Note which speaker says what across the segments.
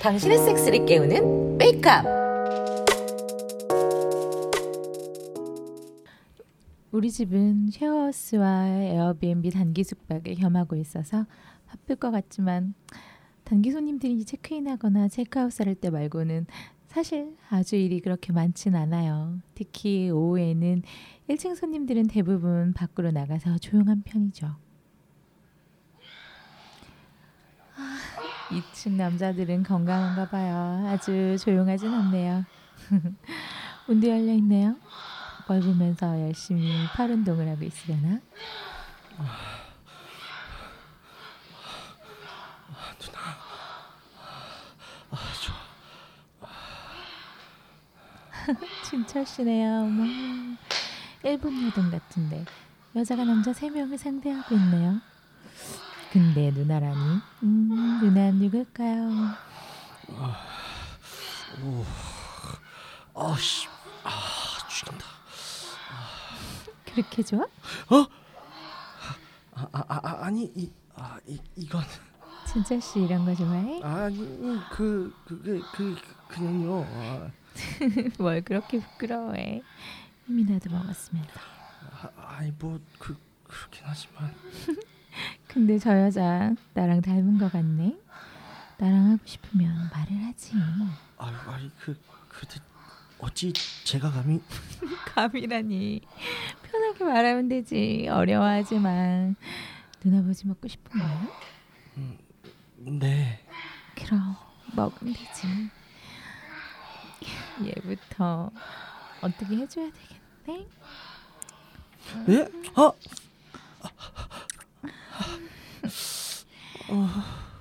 Speaker 1: 당신의 섹스를 깨우는 메이크업.
Speaker 2: 우리 집은 쉐어하우스와 에어비앤비 단기 숙박을 겸하고 있어서 바쁠 것 같지만 단기 손님들이 체크인하거나 체크아웃 할 때 말고는 사실 아주 일이 그렇게 많진 않아요. 특히 오후에는 1층 손님들은 대부분 밖으로 나가서 조용한 편이죠. 아, 2층 남자들은 건강한가 봐요. 아주 조용하진 않네요. 문도 열려 있네요. 뭘 보면서 열심히 팔 운동을 하고 있으려나? 진철 씨네요. 어머. 일본 여동 같은데 여자가 남자 세 명을 상대하고 있네요. 근데 누나라니, 음, 누나 누굴까요?
Speaker 3: 아씨, 아 죽인다.
Speaker 2: 그렇게 좋아?
Speaker 3: 아, 아, 아 아니 이, 아, 이 이건
Speaker 2: 진철 씨 이런 거 좋아해?
Speaker 3: 아니 그 그게 그 그냥요. 아,
Speaker 2: 뭘 그렇게 부끄러워해? 이미 나도 먹었습니다.
Speaker 3: 아, 아니 뭐 그 그렇긴 하지만
Speaker 2: 근데 저 여자 나랑 닮은 거 같네. 나랑 하고 싶으면 말을 하지.
Speaker 3: 아 아니 그 그대 어찌 제가 감히
Speaker 2: 감이라니 편하게 말하면 되지 어려워하지 마 누나 보지 먹고 싶은 거야?
Speaker 3: 네.
Speaker 2: 그럼 먹으면 되지 얘부터 어떻게 해줘야 되겠네?
Speaker 3: 예? 아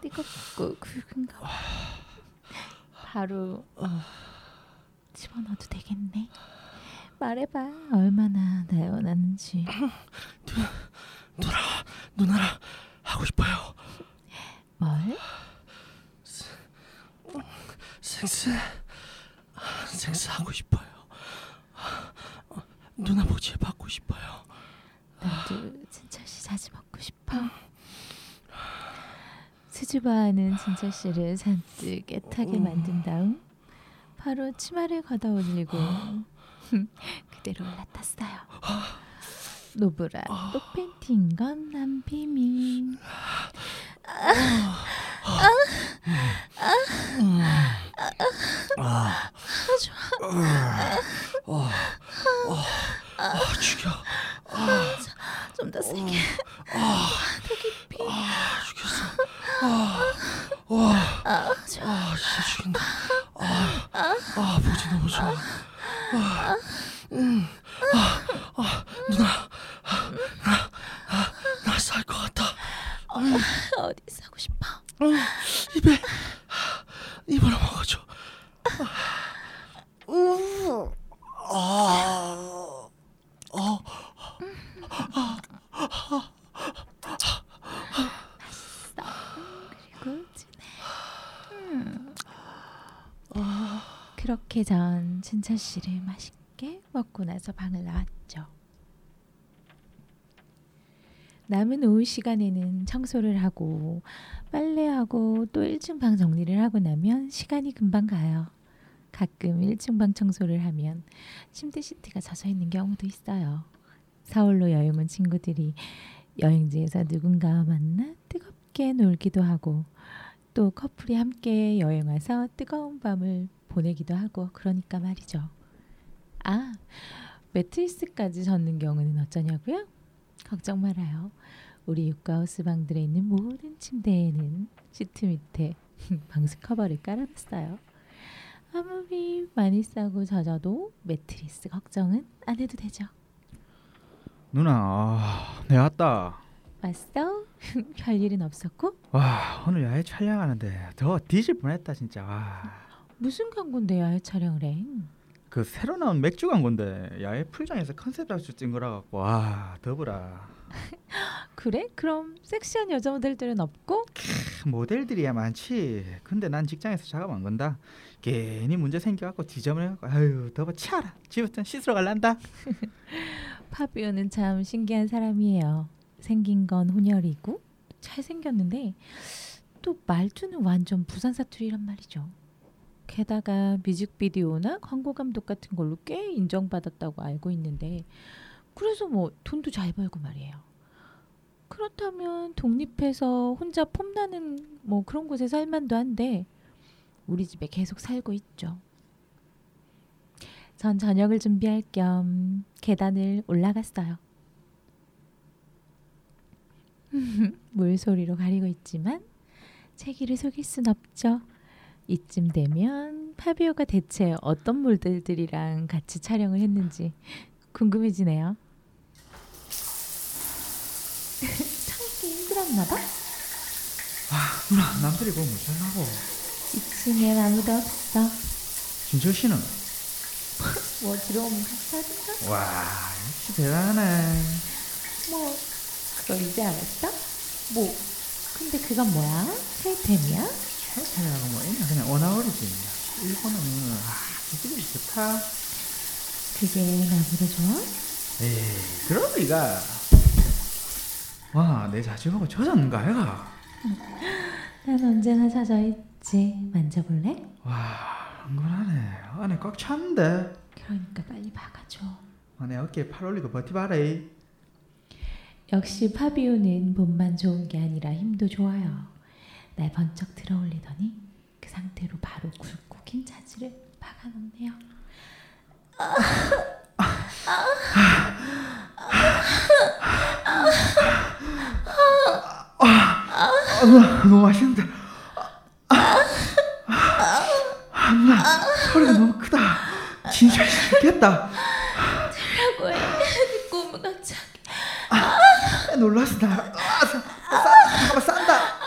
Speaker 2: 뜨겁고 굵은가 봐 바로 집어넣어도 되겠네 말해봐 얼마나 날 원하는지
Speaker 3: 누나랑 하고 싶어요.
Speaker 2: 뭘?
Speaker 3: 섹스 섹스 하고 싶어요. 어, 누나 보지 받고 싶어요.
Speaker 2: 나도 진철 씨 자주 먹고 싶어. 수줍어하는 진철 씨를 잔뜩 애타게 만든 다음 바로 치마를 걷어 올리고 그대로 올라탔어요. 노브라 똑팬티인 건 난 비밀.
Speaker 3: 아. 좋아. 어. 어. 어, 죽여.
Speaker 2: 좀 더 세게.
Speaker 3: 아, 죽였어. 아. 와. 아, 진짜 죽인다. 아. 아, 보지 너무 좋아. 아. 음. 아. 아, 누나. 아, 나. 아, 나 싸울 것 같다.
Speaker 2: 어디서 하고 싶어?
Speaker 3: 음, 입에 입으로 먹어줘. 음. 아, 어,
Speaker 2: 그리고 진해. 그렇게 전 진철 씨를 맛있게 먹고 나서 방을 나왔죠. 남은 오후 시간에는 청소를 하고 빨래하고 또 1층 방 정리를 하고 나면 시간이 금방 가요. 가끔 1층 방 청소를 하면 침대 시트가 젖어 있는 경우도 있어요. 서울로 여행 온 친구들이 여행지에서 누군가와 만나 뜨겁게 놀기도 하고 또 커플이 함께 여행 와서 뜨거운 밤을 보내기도 하고 그러니까 말이죠. 아, 매트리스까지 젖는 경우는 어쩌냐고요? 걱정 말아요. 우리 육가우스 방들에 있는 모든 침대에는 시트 밑에 방수 커버를 깔아놨어요. 아무리 많이 싸고 젖어도 매트리스 걱정은 안 해도 되죠.
Speaker 4: 누나, 아, 내 왔다.
Speaker 2: 왔어? 별일은 없었고?
Speaker 4: 와, 오늘 야외 촬영하는데 더 뒤질 뻔했다 진짜. 와,
Speaker 2: 무슨 광고인데 야외 촬영을 해?
Speaker 4: 그 새로 나온 맥주 광고인데 야외 풀장에서 컨셉 아주 찐 거라 갖고 와, 더불어.
Speaker 2: 그래? 그럼 섹시한 여자 모델들은 없고?
Speaker 4: 크, 모델들이야 많지. 근데 난 직장에서 작업 안 건다. 괜히 문제 생겨갖고 지저분해갖고 아유 더버 치아라. 지부터 씻으러 갈란다.
Speaker 2: 파비오는 참 신기한 사람이에요. 생긴 건 혼혈이고 잘생겼는데 또 말투는 완전 부산 사투리란 말이죠. 게다가 뮤직비디오나 광고 감독 같은 걸로 꽤 인정받았다고 알고 있는데 그래서 뭐 돈도 잘 벌고 말이에요. 그렇다면 독립해서 혼자 폼나는 뭐 그런 곳에 살만도 한데 우리 집에 계속 살고 있죠. 전 저녁을 준비할 겸 계단을 올라갔어요. 물소리로 가리고 있지만 채기를 속일 순 없죠. 이쯤 되면 파비오가 대체 어떤 물들들이랑 같이 촬영을 했는지 궁금해지네요. 참기 힘들었나 봐.
Speaker 4: 누나 남들이 보면 못살라고
Speaker 2: 2층엔 아무도 없어.
Speaker 4: 진철 씨는
Speaker 2: 뭐 들어오면 같이 하든가?
Speaker 4: 와 역시 대단하네
Speaker 2: 뭐 그걸 이제 알았어? 뭐 근데 그건 뭐야? 세이템이야?
Speaker 4: 헬스하고 뭐 있나 그냥 원아월이지 일본은 아 기분이 좋다
Speaker 2: 그게 나보다 좋아?
Speaker 4: 에이 그런 리가 와내 자식하고 젖었는가 애가
Speaker 2: 난 언제나 젖어있지. 만져볼래?
Speaker 4: 와 안건하네 안에 꽉 찼는데
Speaker 2: 그러니까 빨리 박아줘.
Speaker 4: 아, 내 어깨에 팔 올리고 버티봐라이
Speaker 2: 역시 파비오는 몸만 좋은 게 아니라 힘도 좋아요. 날 번쩍 들어올리더니 그 상태로 바로 굵고 긴 차지를 박아놓네요.
Speaker 4: 아, 누나 너무 맛있는데 아, 아, 누나 소리가 너무 크다 진짜 죽겠다
Speaker 2: 라고 해. 꿈은 같이
Speaker 4: 아, 놀라서 나 아, 싸, 싸, 잠깐만 싼다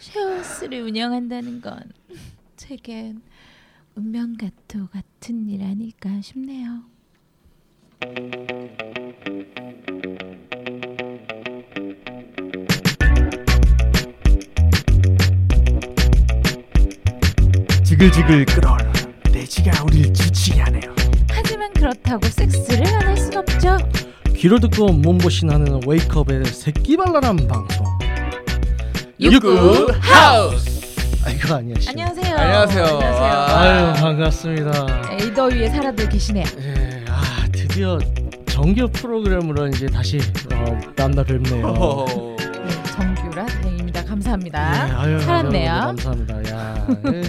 Speaker 2: 쉐어스를 아, 운영한다는 건 제겐 운명과도 같은 일 아닐까 싶네요.
Speaker 5: 지글지글 끓어올라 내 지가 우리를 지치게 하네요
Speaker 2: 하지만 그렇다고 섹스를 안 할 순 없죠.
Speaker 5: 귀로 듣고 몸보신하는 웨이크업의 새끼발랄한 방송
Speaker 6: 육구 하우스.
Speaker 5: 아 이거 아니야 씨.
Speaker 2: 안녕하세요.
Speaker 6: 안녕하세요.
Speaker 5: 아유 반갑습니다
Speaker 2: 에이더 위에 사람들 계시네요.
Speaker 5: 예, 아 드디어 정규 프로그램으로 이제 다시 어, 만나
Speaker 4: 어.
Speaker 5: 뵙네요
Speaker 6: 호호.
Speaker 2: 네, 정규라 다행입니다.
Speaker 5: 예,
Speaker 2: 감사합니다.
Speaker 5: 아유,
Speaker 2: 살았네요.
Speaker 5: 여러분 감사합니다 야, 예.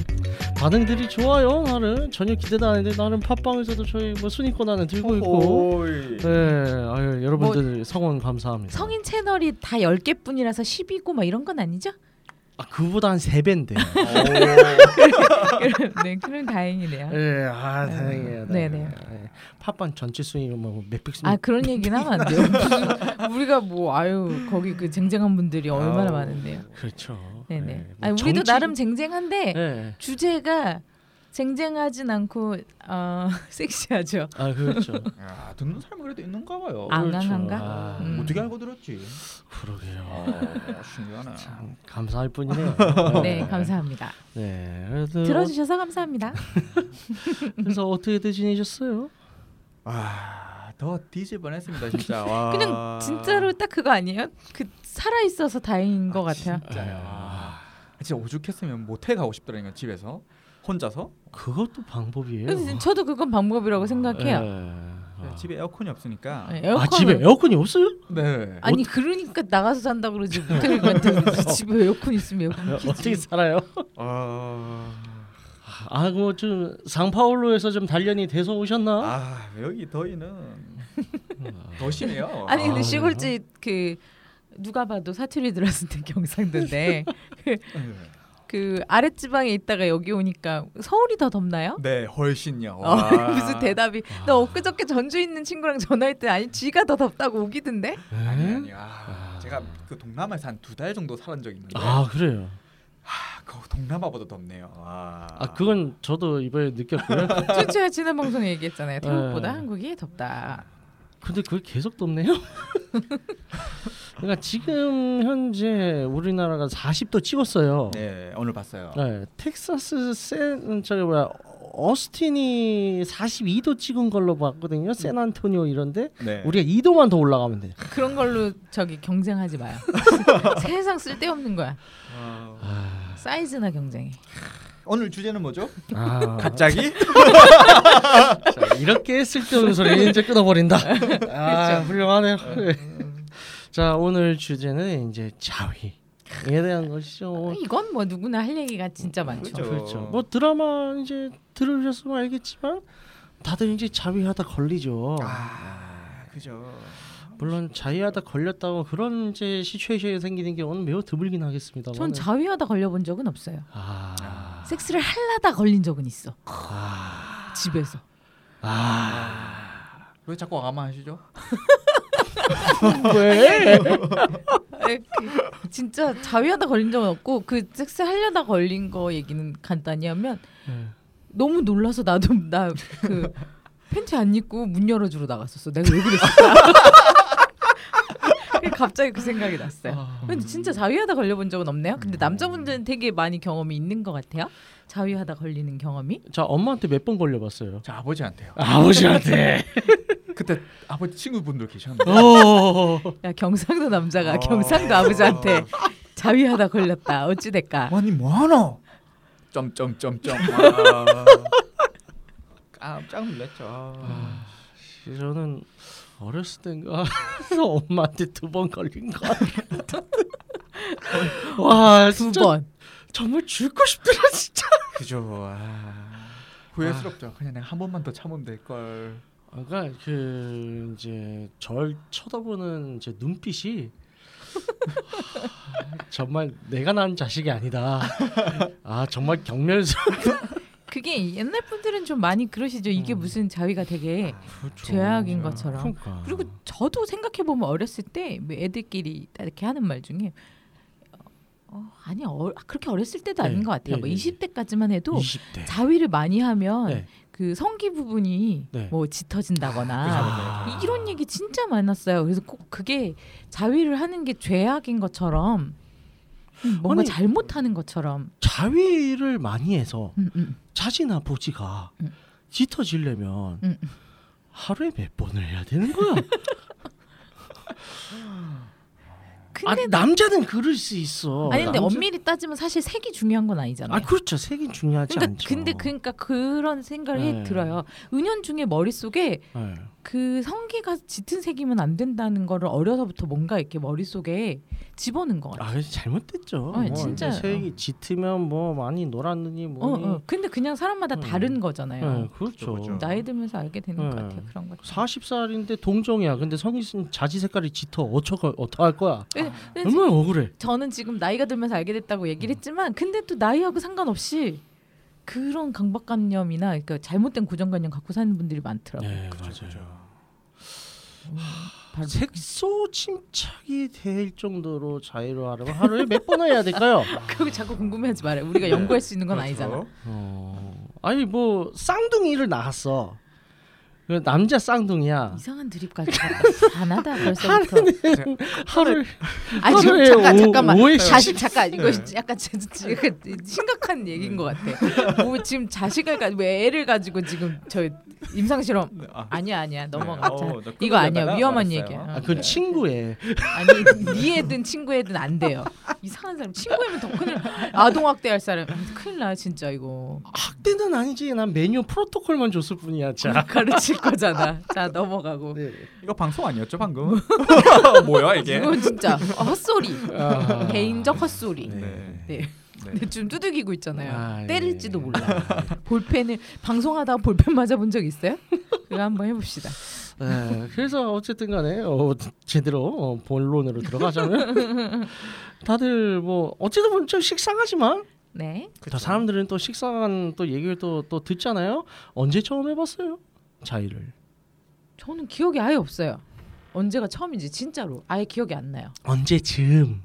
Speaker 5: 반응들이 좋아요 나는 전혀 기대도 안 했는데 나는 팟빵에서도 저희 뭐 순위권 안에 들고 있고
Speaker 4: 어.
Speaker 6: 호호이.
Speaker 5: 네, 아유, 여러분들 성원 감사합니다.
Speaker 2: 성인 채널이 다 10개뿐이라서 10이고 막 이런 건 아니죠?
Speaker 5: 아, 그보다 한 세 배인데.
Speaker 2: 그럼, 네, 그럼 다행이네요.
Speaker 5: 예, 아 다행이에요.
Speaker 2: 네,
Speaker 5: 다행이에요. 예. 팟빵 전체 순위 뭐몇백 순위.
Speaker 2: 아 그런 얘기는 하면 안 돼요. 무슨, 우리가 뭐 아유 거기 그 쟁쟁한 분들이 얼마나
Speaker 5: 아우,
Speaker 2: 많은데요.
Speaker 5: 그렇죠.
Speaker 2: 네네. 네.
Speaker 5: 예, 뭐
Speaker 2: 아니 우리도
Speaker 5: 정치-
Speaker 2: 나름 쟁쟁한데
Speaker 5: 예.
Speaker 2: 주제가 쟁쟁하진 않고 어, 섹시하죠.
Speaker 5: 아 그렇죠.
Speaker 4: 아, 듣는 사람은 그래도 있는가 봐요
Speaker 2: 아,
Speaker 5: 그렇죠.
Speaker 2: 안강한가?
Speaker 5: 아,
Speaker 2: 음.
Speaker 4: 어떻게 알고 들었지?
Speaker 5: 그러게요.
Speaker 4: 아, 신기하네
Speaker 5: 참 감사할 뿐이네요.
Speaker 2: 네 감사합니다.
Speaker 5: 네.
Speaker 2: 음.
Speaker 5: 그래도
Speaker 2: 들어주셔서 감사합니다.
Speaker 5: 그래서 어떻게 지내셨어요?
Speaker 4: 아, 와더 뒤집어냈습니다 진짜
Speaker 2: 아.
Speaker 4: 와.
Speaker 2: 그냥 진짜로 딱 그거 아니에요? 그 살아 있어서 다행인 것 같아요.
Speaker 4: 진짜요 아, 진짜 오죽했으면 모텔 가고 싶더라니까 집에서 혼자서
Speaker 5: 그것도 방법이에요.
Speaker 2: 그래서 저도 그건 방법이라고 생각해요.
Speaker 5: 예. 아.
Speaker 4: 집에 에어컨이 없으니까
Speaker 2: 네,
Speaker 4: 네,
Speaker 2: 에어컨을
Speaker 5: 아 집에 에어컨이 없어요?
Speaker 2: 아니 그러니까 나가서 잔다 그러지 모텔 같은 집에 에어컨 있으면 에어컨 키지.
Speaker 5: 어떻게 살아요? 아.
Speaker 4: 어...
Speaker 5: 아뭐좀 상파울로에서 좀 단련이 돼서
Speaker 2: 어?
Speaker 5: 오셨나?
Speaker 4: 아 여기 더위는 더 심해요.
Speaker 2: 아니 근데
Speaker 5: 아,
Speaker 2: 시골집 그 누가 봐도 사투리 들었을 때 경상도인데
Speaker 4: 아, 네.
Speaker 2: 그 아랫지방에 있다가 여기 오니까 서울이 더 덥나요?
Speaker 4: 네 훨씬요.
Speaker 2: 어, 무슨 대답이 나 엊그저께 전주 있는 친구랑 전화할 때 아니 쥐가 더 덥다고 오기던데
Speaker 4: 아니
Speaker 5: 에?
Speaker 4: 아니 네? 아, 제가 그 동남아에서 한 두 달 정도 살은 적이 있는데
Speaker 5: 아 그래요.
Speaker 4: 아, 그 동남아보다 덥네요. 아,
Speaker 5: 아 그건 저도 이번에 느꼈고요.
Speaker 2: 최초야 지난 방송에 얘기했잖아요 태국보다
Speaker 5: 네.
Speaker 2: 한국이 덥다
Speaker 5: 근데 그걸 계속 덥네요. 그러니까 지금 현재 우리나라가 40도 찍었어요.
Speaker 4: 네 오늘 봤어요.
Speaker 5: 네, 텍사스 센 저기 뭐야 어스틴이 42도 찍은 걸로 봤거든요. 샌안토니오 이런데
Speaker 4: 음. 네.
Speaker 5: 우리가 2도만 더 올라가면 돼.
Speaker 2: 그런 걸로 저기 경쟁하지 마요. 세상 쓸데없는 거야. 아. 사이즈나 경쟁해.
Speaker 4: 오늘 주제는 뭐죠?
Speaker 5: 아,
Speaker 4: 갑자기?
Speaker 5: 자, 이렇게 쓸데없는 소리 이제 끊어버린다.
Speaker 4: 그렇죠.
Speaker 5: 아, 훌륭하네요.
Speaker 4: 음.
Speaker 5: 자, 오늘 주제는 이제 자위에 대한 것이죠.
Speaker 2: 이건 뭐 누구나 할 얘기가 진짜 많죠.
Speaker 4: 그렇죠.
Speaker 5: 그렇죠. 뭐 드라마 이제 들으셨으면 알겠지만 다들 이제 자위하다 걸리죠.
Speaker 4: 아 그렇죠. 그죠.
Speaker 5: 물론 자위하다 걸렸다고 그런 이제 시츄에이션이 생기는 경우는 매우 드물긴 하겠습니다만.
Speaker 2: 전 자위하다 걸려본 적은 없어요.
Speaker 5: 아,
Speaker 2: 섹스를 할라다 걸린 적은 있어. 집에서.
Speaker 4: 왜 자꾸 암하시죠?
Speaker 5: 왜?
Speaker 2: 아이, 그, 진짜 자위하다 걸린 적은 없고 그 섹스 하려다 걸린 거 얘기는 간단히 하면
Speaker 5: 네.
Speaker 2: 너무 놀라서 나도 나 그 팬티 안 입고 문 열어주러 나갔었어. 내가 왜 그랬을까? 그게 갑자기 그 생각이 났어요.
Speaker 5: 아.
Speaker 2: 근데 진짜 자위하다 걸려본 적은 없네요.
Speaker 5: 음.
Speaker 2: 근데 남자분들은 되게 많이 경험이 있는 것 같아요. 자위하다 걸리는 경험이.
Speaker 5: 자, 엄마한테 몇 번 걸려봤어요?
Speaker 4: 저 아버지한테요.
Speaker 5: 아버지한테.
Speaker 4: 그때 아버지 친구분들 계셨는데.
Speaker 5: 오.
Speaker 2: 야 경상도 남자가
Speaker 4: 어.
Speaker 2: 경상도 아버지한테 자위하다 걸렸다. 어찌 될까?
Speaker 4: 아니 뭐하노? 아. 점점점점. 아, 깜짝 놀랐죠. 아,
Speaker 5: 저는 어렸을 땐가 엄마한테 두 번 걸린 거 같아요. 와,
Speaker 2: 두
Speaker 5: 진짜
Speaker 2: 번.
Speaker 5: 정말 죽고 싶더라 진짜.
Speaker 4: 그죠. 아, 후회스럽죠. 그냥 내가 한 번만 더 참으면 될 걸.
Speaker 5: 아까 그 이제 절 쳐다보는 이제 눈빛이 정말 내가 난 자식이 아니다. 아 정말 경멸스.
Speaker 2: 그게 옛날 분들은 좀 많이 그러시죠.
Speaker 5: 음.
Speaker 2: 이게 무슨 자위가 되게
Speaker 5: 아, 그렇죠.
Speaker 2: 죄악인 것처럼.
Speaker 5: 그러니까.
Speaker 2: 그리고 저도 생각해 보면 어렸을 때뭐 애들끼리 다 이렇게 하는 말 중에 어, 아니 어, 그렇게 어렸을 때도
Speaker 5: 네,
Speaker 2: 아닌 것 같아요.
Speaker 5: 네,
Speaker 2: 뭐
Speaker 5: 네, 네.
Speaker 2: 20대까지만 해도
Speaker 5: 20대.
Speaker 2: 자위를 많이 하면
Speaker 5: 네.
Speaker 2: 그 성기 부분이
Speaker 5: 네.
Speaker 2: 뭐 짙어진다거나
Speaker 5: 아.
Speaker 2: 이런 얘기 진짜 많았어요. 그래서 꼭 그게 자위를 하는 게 죄악인 것처럼 음, 뭔가
Speaker 5: 아니,
Speaker 2: 잘못하는 것처럼
Speaker 5: 자위를 많이 해서
Speaker 2: 음, 음.
Speaker 5: 자지나 보지가
Speaker 2: 음.
Speaker 5: 짙어지려면
Speaker 2: 음, 음.
Speaker 5: 하루에 몇 번을 해야 되는 거야?
Speaker 2: 근데
Speaker 5: 아니 남자는 그럴 수 있어.
Speaker 2: 아니 근데
Speaker 5: 남자-
Speaker 2: 엄밀히 따지면 사실 색이 중요한 건 아니잖아요.
Speaker 5: 아 그렇죠. 색이 중요하지
Speaker 2: 그러니까
Speaker 5: 않죠.
Speaker 2: 근데 그러니까 그런 생각을 해
Speaker 5: 네.
Speaker 2: 들어요. 은연중에 머릿속에
Speaker 5: 네.
Speaker 2: 그 성기가 짙은 색이면 안 된다는 거를 어려서부터 뭔가 이렇게 머릿속에 집어넣은 것 같아요.
Speaker 5: 아 그래서 잘못됐죠.
Speaker 2: 아니,
Speaker 5: 뭐
Speaker 2: 진짜요.
Speaker 5: 이제 색이 짙으면 뭐 많이 노랗느니
Speaker 2: 어,
Speaker 5: 뭐니.
Speaker 2: 어. 근데 그냥 사람마다
Speaker 5: 아, 음.
Speaker 2: 다른
Speaker 5: 네,
Speaker 2: 거잖아요.
Speaker 5: 그렇죠.
Speaker 4: 그렇죠.
Speaker 2: 나이 들면서 알게 되는 것
Speaker 5: 네.
Speaker 2: 같아요. 그런 것.
Speaker 5: 40살인데 동정이야. 근데 성이 있으면 자지 색깔이 짙어. 어쩌고 어떡할 거야?
Speaker 2: 네, 근데, 근데
Speaker 5: 얼마나 억울해.
Speaker 2: 저는 지금 나이가 들면서 알게 됐다고
Speaker 5: 음.
Speaker 2: 얘기를 했지만 근데 또 나이하고 상관없이 그런 강박관념이나 그러니까 잘못된 고정관념 갖고 사는 분들이 많더라고요.
Speaker 5: 네 맞아요.
Speaker 2: 음, 바로
Speaker 5: 색소 침착이 될 정도로 자유로 하려면 하루에 몇 번을 해야 될까요?
Speaker 2: 그거 자꾸 궁금해하지 말아요. 우리가 연구할 수
Speaker 4: 그렇죠.
Speaker 2: 있는 건
Speaker 5: 그렇죠.
Speaker 2: 아니잖아.
Speaker 5: 어, 아니 뭐 쌍둥이를 낳았어. 그 남자 쌍둥이야.
Speaker 2: 이상한 드립까지 안하다 벌써부터.
Speaker 5: 하루
Speaker 2: 아니 지금
Speaker 5: 하루에
Speaker 2: 잠깐
Speaker 5: 오-
Speaker 2: 잠깐만.
Speaker 5: 오해씩. 네.
Speaker 2: 자식 잠깐 이거 약간 지- 지- 약간 심각한 얘기인 것 같아. 뭐 지금 자식을 가지고 애를 가지고 지금 저 임상 실험
Speaker 4: 아.
Speaker 2: 아니야 아니야 넘어가.
Speaker 4: 네.
Speaker 2: 자,
Speaker 4: 어, 나 끊으려다가
Speaker 2: 이거 아니야 네. 위험한
Speaker 4: 말았어요.
Speaker 2: 얘기야.
Speaker 5: 아, 그건 친구예.
Speaker 2: 아니 니 애든 친구 애든 안 돼요. 이상한 사람 친구애면 더 큰일 나. 아동 학대할 사람 큰일 나 진짜 이거
Speaker 5: 학대는 아니지. 난 매뉴얼 프로토콜만 줬을 뿐이야. 자.
Speaker 2: 가르칠 거잖아. 자 넘어가고
Speaker 5: 네.
Speaker 6: 음.
Speaker 4: 이거 방송 아니었죠 방금? 뭐야 이게?
Speaker 2: 이건 진짜 헛소리
Speaker 5: 아.
Speaker 2: 개인적 헛소리.
Speaker 4: 네.
Speaker 2: 네. 근데 지금 두들기고 있잖아요.
Speaker 5: 아,
Speaker 2: 때릴지도
Speaker 5: 예.
Speaker 2: 몰라. 볼펜을 방송하다가 볼펜 맞아 본 적 있어요? 그거 한번 해봅시다.
Speaker 5: 네, 그래서 어쨌든 간에 어, 제대로 어, 본론으로 들어가자면 다들 뭐 어쨌든 보면 좀 식상하지만
Speaker 2: 네.
Speaker 5: 다 사람들은 또 식상한 또 얘기를 또, 또 듣잖아요. 언제 처음 해봤어요? 자의를.
Speaker 2: 저는 기억이 아예 없어요. 언제가 처음인지 진짜로 아예 기억이 안 나요.
Speaker 5: 언제쯤?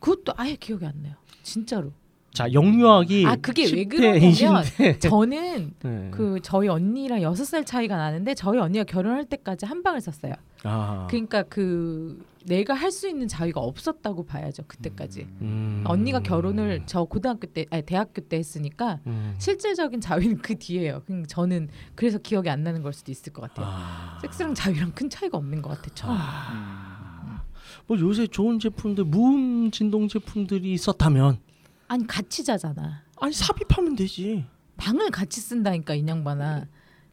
Speaker 2: 그것도 아예 기억이 안 나요. 진짜로.
Speaker 5: 자 영유아기
Speaker 2: 아, 그게 왜
Speaker 5: 10대,
Speaker 2: 그러냐면
Speaker 5: 20대.
Speaker 2: 저는
Speaker 5: 네.
Speaker 2: 그 저희 언니랑 여섯 살 차이가 나는데 저희 언니가 결혼할 때까지 한 방을 썼어요.
Speaker 5: 아.
Speaker 2: 그러니까 그 내가 할 수 있는 자유가 없었다고 봐야죠 그때까지
Speaker 5: 음.
Speaker 2: 언니가 결혼을 저 고등학교 때 아니 대학교 때 했으니까
Speaker 5: 음.
Speaker 2: 실질적인 자유는 그 뒤에요 그냥 저는 그래서 기억이 안 나는 걸 수도 있을 것 같아요
Speaker 5: 아.
Speaker 2: 섹스랑 자유랑 큰 차이가 없는 것 같아 처음
Speaker 5: 뭐 요새 좋은 제품들 무음 진동 제품들이 있었다면
Speaker 2: 아니 같이 자잖아
Speaker 5: 아니 삽입하면 되지.
Speaker 2: 방을 같이 쓴다니까 인양반아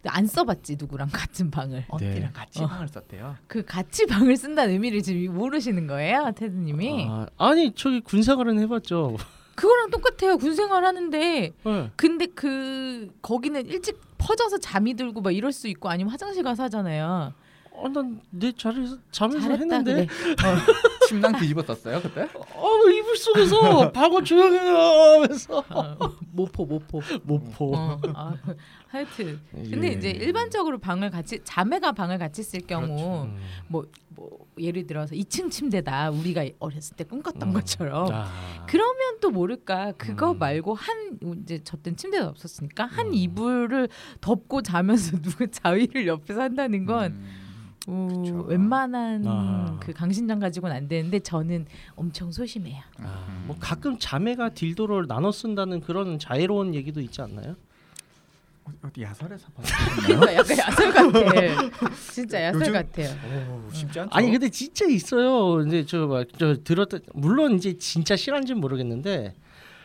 Speaker 2: 근데 안 써봤지 누구랑 같은 방을
Speaker 4: 언니랑 같이 방을 썼대요.
Speaker 2: 그 같이 방을 쓴다는 의미를 지금 모르시는 거예요 테드님이
Speaker 5: 아, 아니 저기 군사관은 해봤죠.
Speaker 2: 그거랑 똑같아요 군생활 하는데
Speaker 5: 네.
Speaker 2: 근데 그 거기는 일찍 퍼져서 잠이 들고 막 이럴 수 있고 아니면 화장실 가서 하잖아요.
Speaker 5: 아, 난내 자리에서 자면서
Speaker 2: 잘했다
Speaker 5: 했는데
Speaker 2: 그래.
Speaker 4: 침낭 뒤집어 썼어요 그때?
Speaker 5: 어, 이불 속에서 방어 조용히 하면서
Speaker 2: 어, 모포 모포.
Speaker 5: 못포. 예,
Speaker 2: 어, 아, 하여튼 근데 이제 일반적으로 방을 같이 자매가 방을 같이 쓸
Speaker 5: 그렇죠.
Speaker 2: 경우
Speaker 5: 음.
Speaker 2: 뭐, 뭐 예를 들어서 2층 침대다 우리가 어렸을 때 꿈꿨던
Speaker 5: 음.
Speaker 2: 것처럼
Speaker 5: 아.
Speaker 2: 그러면 또 모를까 그거
Speaker 5: 음.
Speaker 2: 말고 한 이제 저땐 침대가 없었으니까 한
Speaker 5: 음.
Speaker 2: 이불을 덮고 자면서 누가 자위를 옆에서 한다는 건
Speaker 4: 음.
Speaker 2: 오,
Speaker 4: 그쵸.
Speaker 2: 웬만한
Speaker 5: 아.
Speaker 2: 그 강신장 가지고는 안 되는데 저는 엄청 소심해요.
Speaker 5: 아, 뭐 가끔 자매가 딜도를 나눠 쓴다는 그런 자애로운 얘기도 있지 않나요?
Speaker 4: 어디 야설에서 봤
Speaker 2: 그러니까 약간 야설 같아. 진짜 야설
Speaker 4: 요즘-
Speaker 2: 같아요.
Speaker 4: 오 어, 쉽지
Speaker 2: 그렇죠.
Speaker 4: 않죠.
Speaker 5: 아니 근데 진짜 있어요. 이제 저막저 들었던 물론 이제 진짜 실한지는 모르겠는데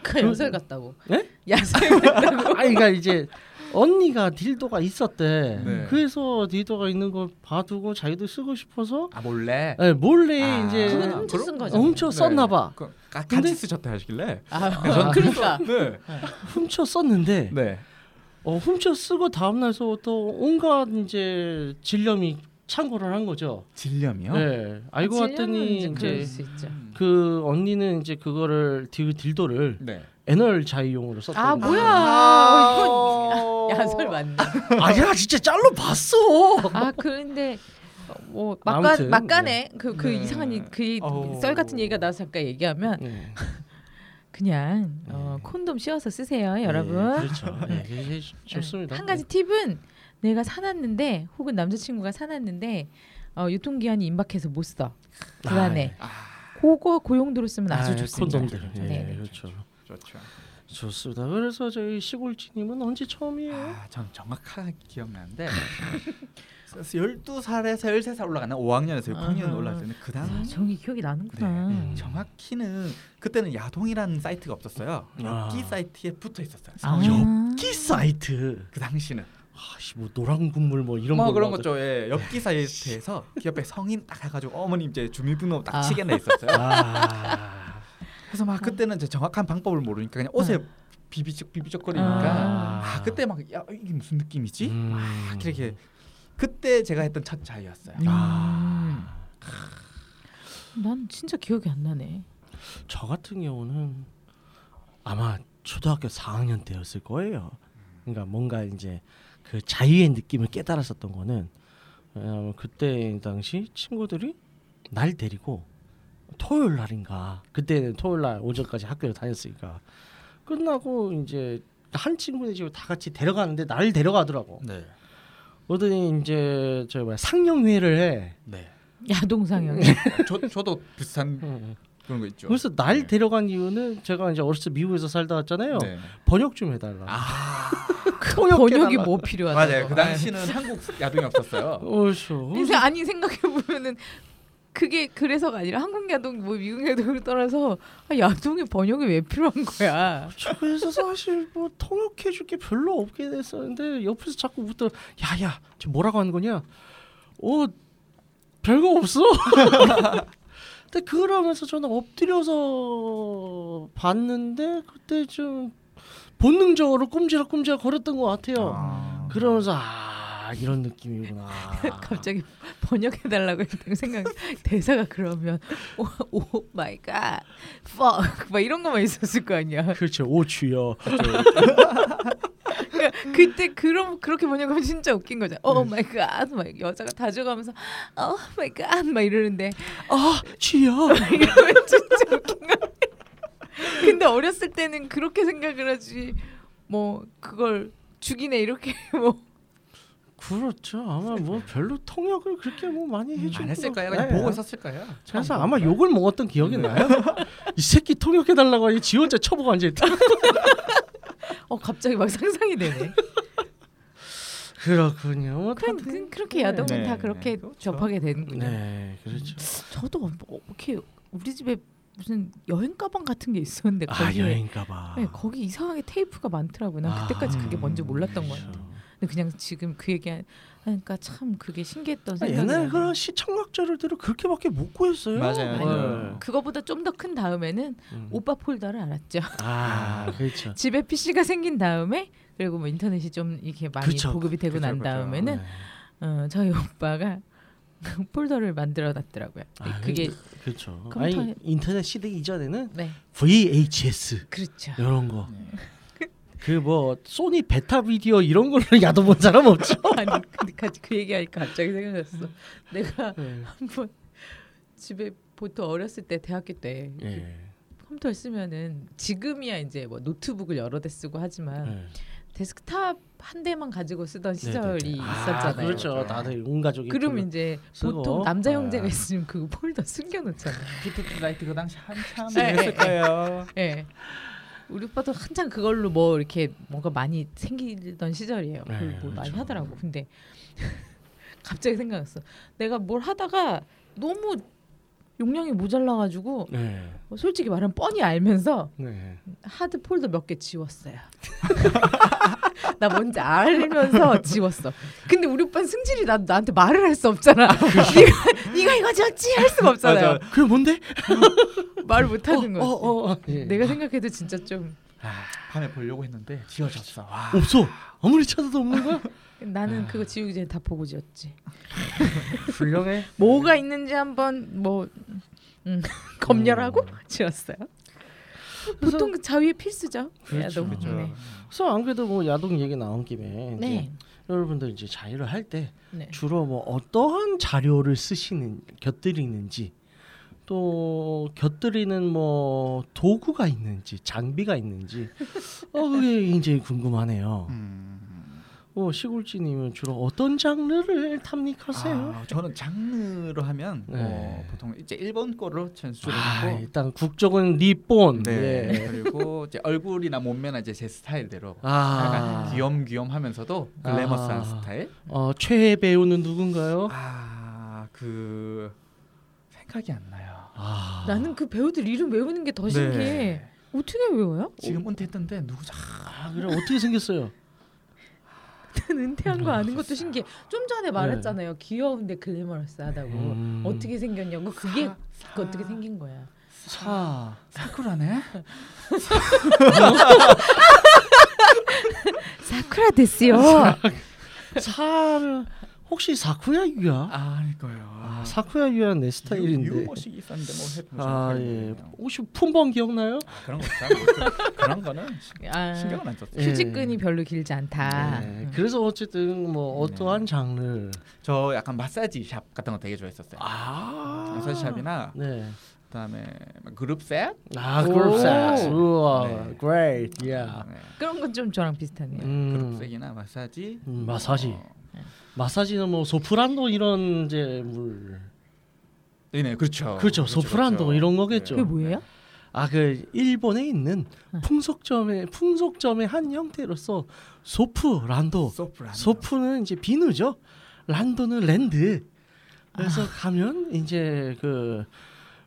Speaker 2: 그 야설 같다고.
Speaker 5: 예?
Speaker 2: 야설 같다고.
Speaker 5: 아니 그러니까 이제 언니가 딜도가 있었대.
Speaker 4: 네.
Speaker 5: 그래서 딜도가 있는 걸 봐두고 자기도 쓰고 싶어서
Speaker 4: 아 몰래.
Speaker 5: 예, 몰래
Speaker 2: 그건
Speaker 4: 아,
Speaker 5: 이제
Speaker 2: 훔쳐 쓴 거죠.
Speaker 5: 훔쳐 썼나 봐.
Speaker 4: 그, 가, 같이
Speaker 5: 근데-
Speaker 4: 쓰셨다 하시길래.
Speaker 2: 아, 그러니까
Speaker 4: 네.
Speaker 5: 훔쳐 썼는데
Speaker 4: 네.
Speaker 5: 어, 훔쳐 쓰고 다음 날서부터 온갖 이제 질염이 창궐을 한 거죠.
Speaker 4: 질염이요? 음.
Speaker 5: 네, 알고 봤더니
Speaker 2: 아, 질려면 그럴
Speaker 5: 이제
Speaker 2: 수 있죠.
Speaker 5: 그 언니는 이제 그거를 딜, 딜도를
Speaker 4: 네.
Speaker 5: 에널 자유용으로 썼던
Speaker 2: 아
Speaker 5: 거예요.
Speaker 2: 뭐야?
Speaker 4: 아.
Speaker 2: 이건 야설 맞네.
Speaker 5: 아야 진짜 짤로 봤어.
Speaker 2: 아 그런데 뭐 막간
Speaker 5: 아무튼,
Speaker 2: 막간에 그 그
Speaker 4: 네.
Speaker 2: 이상한 이- 그
Speaker 4: 어우.
Speaker 2: 썰 같은 얘기가 나서 잠깐 얘기하면
Speaker 5: 네.
Speaker 2: 그냥 어, 콘돔 씌워서 쓰세요, 여러분.
Speaker 5: 네, 그렇죠. 네, 그게 좋습니다.
Speaker 2: 예. 한 가지 팁은 내가 사놨는데 혹은 남자친구가 사놨는데 어, 유통기한이 임박해서 못 써. 불안해. 그거 고용도로 쓰면 아주 좋습니다.
Speaker 5: 콘돔들. 예,
Speaker 2: 네, 네.
Speaker 5: 그렇죠.
Speaker 4: 좋죠.
Speaker 5: 좋습니다. 그래서 저희 시골지님은 언제 처음이에요?
Speaker 4: 아, 전 정확하게 기억나는데 12살에서 13살 올라가나 5학년에서 6학년
Speaker 2: 아하.
Speaker 4: 올라갈 때는 그
Speaker 2: 아,
Speaker 4: 당시
Speaker 2: 정이 기억이 나는구나.
Speaker 4: 네.
Speaker 5: 음.
Speaker 4: 정확히는 그때는 야동이라는 사이트가 없었어요.
Speaker 5: 아.
Speaker 4: 엽기 사이트에 붙어 있었어요.
Speaker 2: 아,
Speaker 5: 키 사이트.
Speaker 4: 그 당시는
Speaker 5: 아씨 뭐 노란 국물 뭐 이런
Speaker 4: 뭐
Speaker 5: 걸로 네.
Speaker 4: 그런
Speaker 5: 하죠.
Speaker 4: 거죠. 예, 엽기 사이트에서 그 옆에 성인 딱 해가지고 어머님 이제 주민번호 딱
Speaker 2: 아.
Speaker 4: 치게 내 있었어요.
Speaker 5: 아.
Speaker 4: 그래서 막 그때는 이제 정확한 방법을 모르니까 그냥 옷에 비비적 비비적거리니까
Speaker 5: 네. 아.
Speaker 4: 아 그때 막 야 이게 무슨 느낌이지?
Speaker 5: 음.
Speaker 2: 아,
Speaker 4: 막 이렇게 그때 제가 했던 첫 자유였어요.
Speaker 5: 음. 아.
Speaker 2: 난 진짜 기억이 안 나네.
Speaker 5: 저 같은 경우는 아마 초등학교 4학년 때였을 거예요. 그러니까 뭔가 이제 그 자유의 느낌을 깨달았었던 거는 왜냐하면 그때 당시 친구들이 날 데리고 토요일 날인가 그때는 토요일 날 오전까지 학교를 다녔으니까 끝나고 이제 한 친구네 집에 다 같이 데려가는데 나를 데려가더라고.
Speaker 4: 네.
Speaker 5: 그러더니 이제 저 뭐야 상영회를 해.
Speaker 4: 네.
Speaker 2: 야동상영.
Speaker 4: 저 저도 비슷한
Speaker 5: 음.
Speaker 4: 그런 거 있죠.
Speaker 5: 그래서 날
Speaker 4: 네.
Speaker 5: 데려간 이유는 제가 이제 어렸을 때 미국에서 살다 왔잖아요.
Speaker 4: 네.
Speaker 5: 번역 좀 해달라.
Speaker 4: 아
Speaker 2: 번역이 뭐 필요하다.
Speaker 4: 맞아요. 그 당시는
Speaker 5: 예.
Speaker 4: 한국 야동이
Speaker 5: 뭐,
Speaker 4: 없었어요.
Speaker 5: 어이쇼.
Speaker 2: 인생 예. 아니 생각해 보면은 그게 그래서가 아니라 한국 야동 뭐 미국 야동을 떠나서 아, 야동의 번역이 왜 필요한 거야?
Speaker 5: 그래서 사실 뭐 통역해 줄 게 별로 없게 됐었는데 옆에서 자꾸 웃더 야야 저 뭐라고 하는 거냐 어 별거 없어 근데 그러면서 저는 엎드려서 봤는데 그때 좀 본능적으로 꼼지락꼼지락 거렸던 것 같아요
Speaker 4: 아.
Speaker 5: 그러면서 아 이런 느낌이구나
Speaker 2: 갑자기 번역해 달라고 했던 생각 대사가 그러면 오오 마이 갓 fuck 막 이런 것만 있었을 거 아니야.
Speaker 5: 그렇죠 오추여
Speaker 2: 그러니까 그때 그런 그렇게 번역하면 진짜 웃긴 거죠. 오 마이 갓막 여자가 다져가면서 오 마이 갓막 이러는데
Speaker 5: 아 추여
Speaker 2: 이러면 진짜 웃긴 거 아니야? 근데 어렸을 때는 그렇게 생각을 하지 뭐 그걸 죽이네 이렇게 뭐
Speaker 5: 그렇죠. 아마 뭐 별로 통역을 그렇게 뭐 많이 해주고
Speaker 7: 안 했을 거야.
Speaker 5: 네.
Speaker 7: 그냥 보고 있었을 거야.
Speaker 5: 그래서
Speaker 7: 처음
Speaker 5: 아마
Speaker 7: 보니까.
Speaker 5: 욕을 먹었던 기억이 나요. 이 새끼 통역해달라고 하니 지 혼자 쳐보고 앉아있다.
Speaker 2: 어 갑자기 막 상상이 되네.
Speaker 5: 그렇군요. 뭐
Speaker 2: 그,
Speaker 5: 다들-
Speaker 2: 그, 그렇게 야동은
Speaker 4: 네,
Speaker 2: 다
Speaker 4: 네,
Speaker 2: 그렇게
Speaker 4: 그렇죠.
Speaker 2: 접하게 되는군요.
Speaker 5: 네, 그렇죠.
Speaker 2: 저도 뭐 이렇게 우리 집에 무슨 여행 가방 같은 게 있었는데
Speaker 5: 아
Speaker 2: 거기에
Speaker 5: 여행가봐.
Speaker 2: 네, 거기 이상하게 테이프가 많더라고요. 난
Speaker 5: 아,
Speaker 2: 그때까지 그게 먼저 몰랐던
Speaker 5: 그렇죠.
Speaker 2: 거예요. 근데 그냥 지금 그 얘기 하- 하니까 참 그게 신기했던
Speaker 5: 아,
Speaker 2: 생각이
Speaker 5: 옛날
Speaker 2: 나네요.
Speaker 5: 그런 시청각 자료들을 그렇게밖에 못 구했어요.
Speaker 4: 맞아요.
Speaker 5: 네.
Speaker 2: 그거보다 좀 더 큰 다음에는
Speaker 5: 음.
Speaker 2: 오빠 폴더를 알았죠.
Speaker 5: 아, 그렇죠.
Speaker 2: 집에 PC가 생긴 다음에 그리고 뭐 인터넷이 좀 이렇게 많이
Speaker 5: 그렇죠. 그쵸.
Speaker 2: 보급이 되고
Speaker 4: 그쵸,
Speaker 2: 난
Speaker 4: 그쵸.
Speaker 2: 다음에는
Speaker 5: 네.
Speaker 2: 어, 저희 오빠가 그 폴더를 만들어 놨더라고요.
Speaker 5: 아,
Speaker 2: 그게
Speaker 5: 그렇죠.
Speaker 2: 컴퓨터에-
Speaker 5: 아니 인터넷 시대 이전에는
Speaker 2: 네
Speaker 5: VHS
Speaker 2: 그렇죠.
Speaker 5: 이런 거.
Speaker 2: 네.
Speaker 5: 그 뭐 소니 베타 비디오 이런 걸로 야도 본 사람 없죠.
Speaker 2: 아니 근데 같이 그 얘기하니까 갑자기 생각났어.
Speaker 5: 음.
Speaker 2: 내가 한번 집에 보통 어렸을 때 대학교 때
Speaker 5: 예.
Speaker 2: 이렇게 컴퓨터를 쓰면은 지금이야 이제 뭐 노트북을 여러 대 쓰고 하지만
Speaker 5: 예.
Speaker 2: 데스크탑 한 대만 가지고 쓰던
Speaker 5: 네,
Speaker 2: 시절이
Speaker 5: 네, 네. 아,
Speaker 2: 있었잖아요.
Speaker 5: 그렇죠. 다들 온 가족이
Speaker 2: 그럼
Speaker 5: 그-
Speaker 2: 이제
Speaker 5: 쓰고.
Speaker 2: 보통 남자
Speaker 5: 아.
Speaker 2: 형제가 있으면 그 폴더 숨겨놓잖아요.
Speaker 4: 피트트 라이트 그 당시 한참
Speaker 2: 네,
Speaker 4: 했을
Speaker 2: 네.
Speaker 4: 거예요.
Speaker 2: 예. 우리 오빠도 한창 그걸로 뭐 이렇게 뭔가 많이 생기던 시절이에요.
Speaker 5: 네,
Speaker 2: 그걸 뭐 많이
Speaker 5: 그렇죠.
Speaker 2: 하더라고. 근데 갑자기 생각났어. 내가 뭘 하다가 너무 용량이 모자라가지고
Speaker 5: 네.
Speaker 2: 뭐 솔직히 말하면 뻔히 알면서
Speaker 5: 네.
Speaker 2: 하드 폴더 몇 개 지웠어요. 나 뭔지 알면서 지웠어. 근데 우리 오빠는 승질이 나, 나한테 말을 할 수 없잖아. 네가, 네가 이거 지웠지 할 수가 없잖아요. 네.
Speaker 5: 그게 뭔데?
Speaker 2: 말을 못하는 거야.
Speaker 5: 어, 어. 예.
Speaker 2: 내가 생각해도 진짜 좀
Speaker 5: 아.
Speaker 4: 밤에 보려고 했는데 지워졌어. 와.
Speaker 5: 없어. 아무리 찾아도 없는 거야.
Speaker 2: 나는 그거 지우기 전에 다 보고 지웠지.
Speaker 5: 훌륭해.
Speaker 2: 뭐가 있는지 한번 뭐 음, 검열하고 지웠어요. 보통 그 자위의 필수죠.
Speaker 5: 그렇죠.
Speaker 2: 야동.
Speaker 5: 그렇죠.
Speaker 2: 네.
Speaker 5: 그래서 안 그래도 뭐 야동 얘기 나온 김에 이제
Speaker 2: 네.
Speaker 5: 여러분들 이제 자유를 할 때
Speaker 2: 네.
Speaker 5: 주로 뭐 어떠한 자료를 쓰시는 곁들이는지 또 곁들이는 뭐 도구가 있는지 장비가 있는지 어 그게 굉장히 궁금하네요.
Speaker 4: 음.
Speaker 5: 어 시골지님은 주로 어떤 장르를 탐닉하세요?
Speaker 4: 아, 저는 장르로 하면
Speaker 5: 네.
Speaker 4: 뭐 보통 이제 일본 거로
Speaker 5: 아,
Speaker 4: 전수를 하고
Speaker 5: 일단 국적은 리본.
Speaker 4: 네.
Speaker 5: 예.
Speaker 4: 그리고 이제 얼굴이나 몸매나 이제 제 스타일대로
Speaker 5: 아,
Speaker 4: 약간 귀염귀염하면서도 글래머스한
Speaker 5: 아.
Speaker 4: 스타일.
Speaker 5: 어 최애 배우는 누군가요?
Speaker 4: 아, 그 생각이 안 나요.
Speaker 5: 아,
Speaker 2: 나는 그 배우들 이름 외우는 게 더 신기해.
Speaker 4: 네.
Speaker 2: 어떻게 외워요?
Speaker 4: 지금 은퇴했던데 누구죠?
Speaker 5: 아, 그래 어떻게 생겼어요?
Speaker 2: 일단 은퇴한 거 아는 것도 신기해. 좀 전에 말했잖아요. 귀여운데 글래머러스하다고.
Speaker 5: 음.
Speaker 2: 어떻게 생겼냐고. 그게
Speaker 4: 사-
Speaker 2: 그 어떻게 생긴 거야.
Speaker 5: 사.
Speaker 4: 사쿠라네.
Speaker 2: 사쿠라 데스요.
Speaker 5: 사를 혹시 사쿠야 유야?
Speaker 4: 아, 아닐 거예요.
Speaker 5: 아, 사쿠야 유야 내 스타일인데.
Speaker 4: 유머식 있었는데 뭐 해도
Speaker 5: 아 예.
Speaker 4: 요
Speaker 5: 혹시 품번 기억나요?
Speaker 4: 그런 거 있잖아. 그런 거는 신-
Speaker 2: 아,
Speaker 4: 신경은 안 썼어요.
Speaker 5: 예.
Speaker 2: 휴지끈이 별로 길지 않다. 음.
Speaker 5: 네. 그래서 어쨌든 뭐
Speaker 4: 네.
Speaker 5: 어떠한 장르.
Speaker 4: 저 약간 마사지 샵 같은 거 되게 좋아했었어요.
Speaker 5: 아.
Speaker 4: 마사지 샵이나
Speaker 5: 네.
Speaker 4: 그다음에 막 그룹 셋.
Speaker 5: 아
Speaker 2: 오.
Speaker 5: 그룹 섹스. 우와.
Speaker 4: 네.
Speaker 5: Great. Yeah.
Speaker 4: 네.
Speaker 2: 그런 건 좀 저랑 비슷하네요.
Speaker 4: 그룹
Speaker 5: 음.
Speaker 4: 색이나 마사지.
Speaker 5: 음, 마사지.
Speaker 4: 어,
Speaker 5: 마사지는 뭐 소프란도 이런 이제 물.
Speaker 4: 네네 그렇죠. 네.
Speaker 5: 그렇죠. 소프란도 이런 거겠죠.
Speaker 2: 그게 뭐예요?
Speaker 5: 아 그 일본에 있는 풍속점의 풍속점의 한 형태로서 소프란도.
Speaker 4: 소프란도.
Speaker 5: 소프는 이제 비누죠. 란도는 랜드. 그래서 가면 이제 그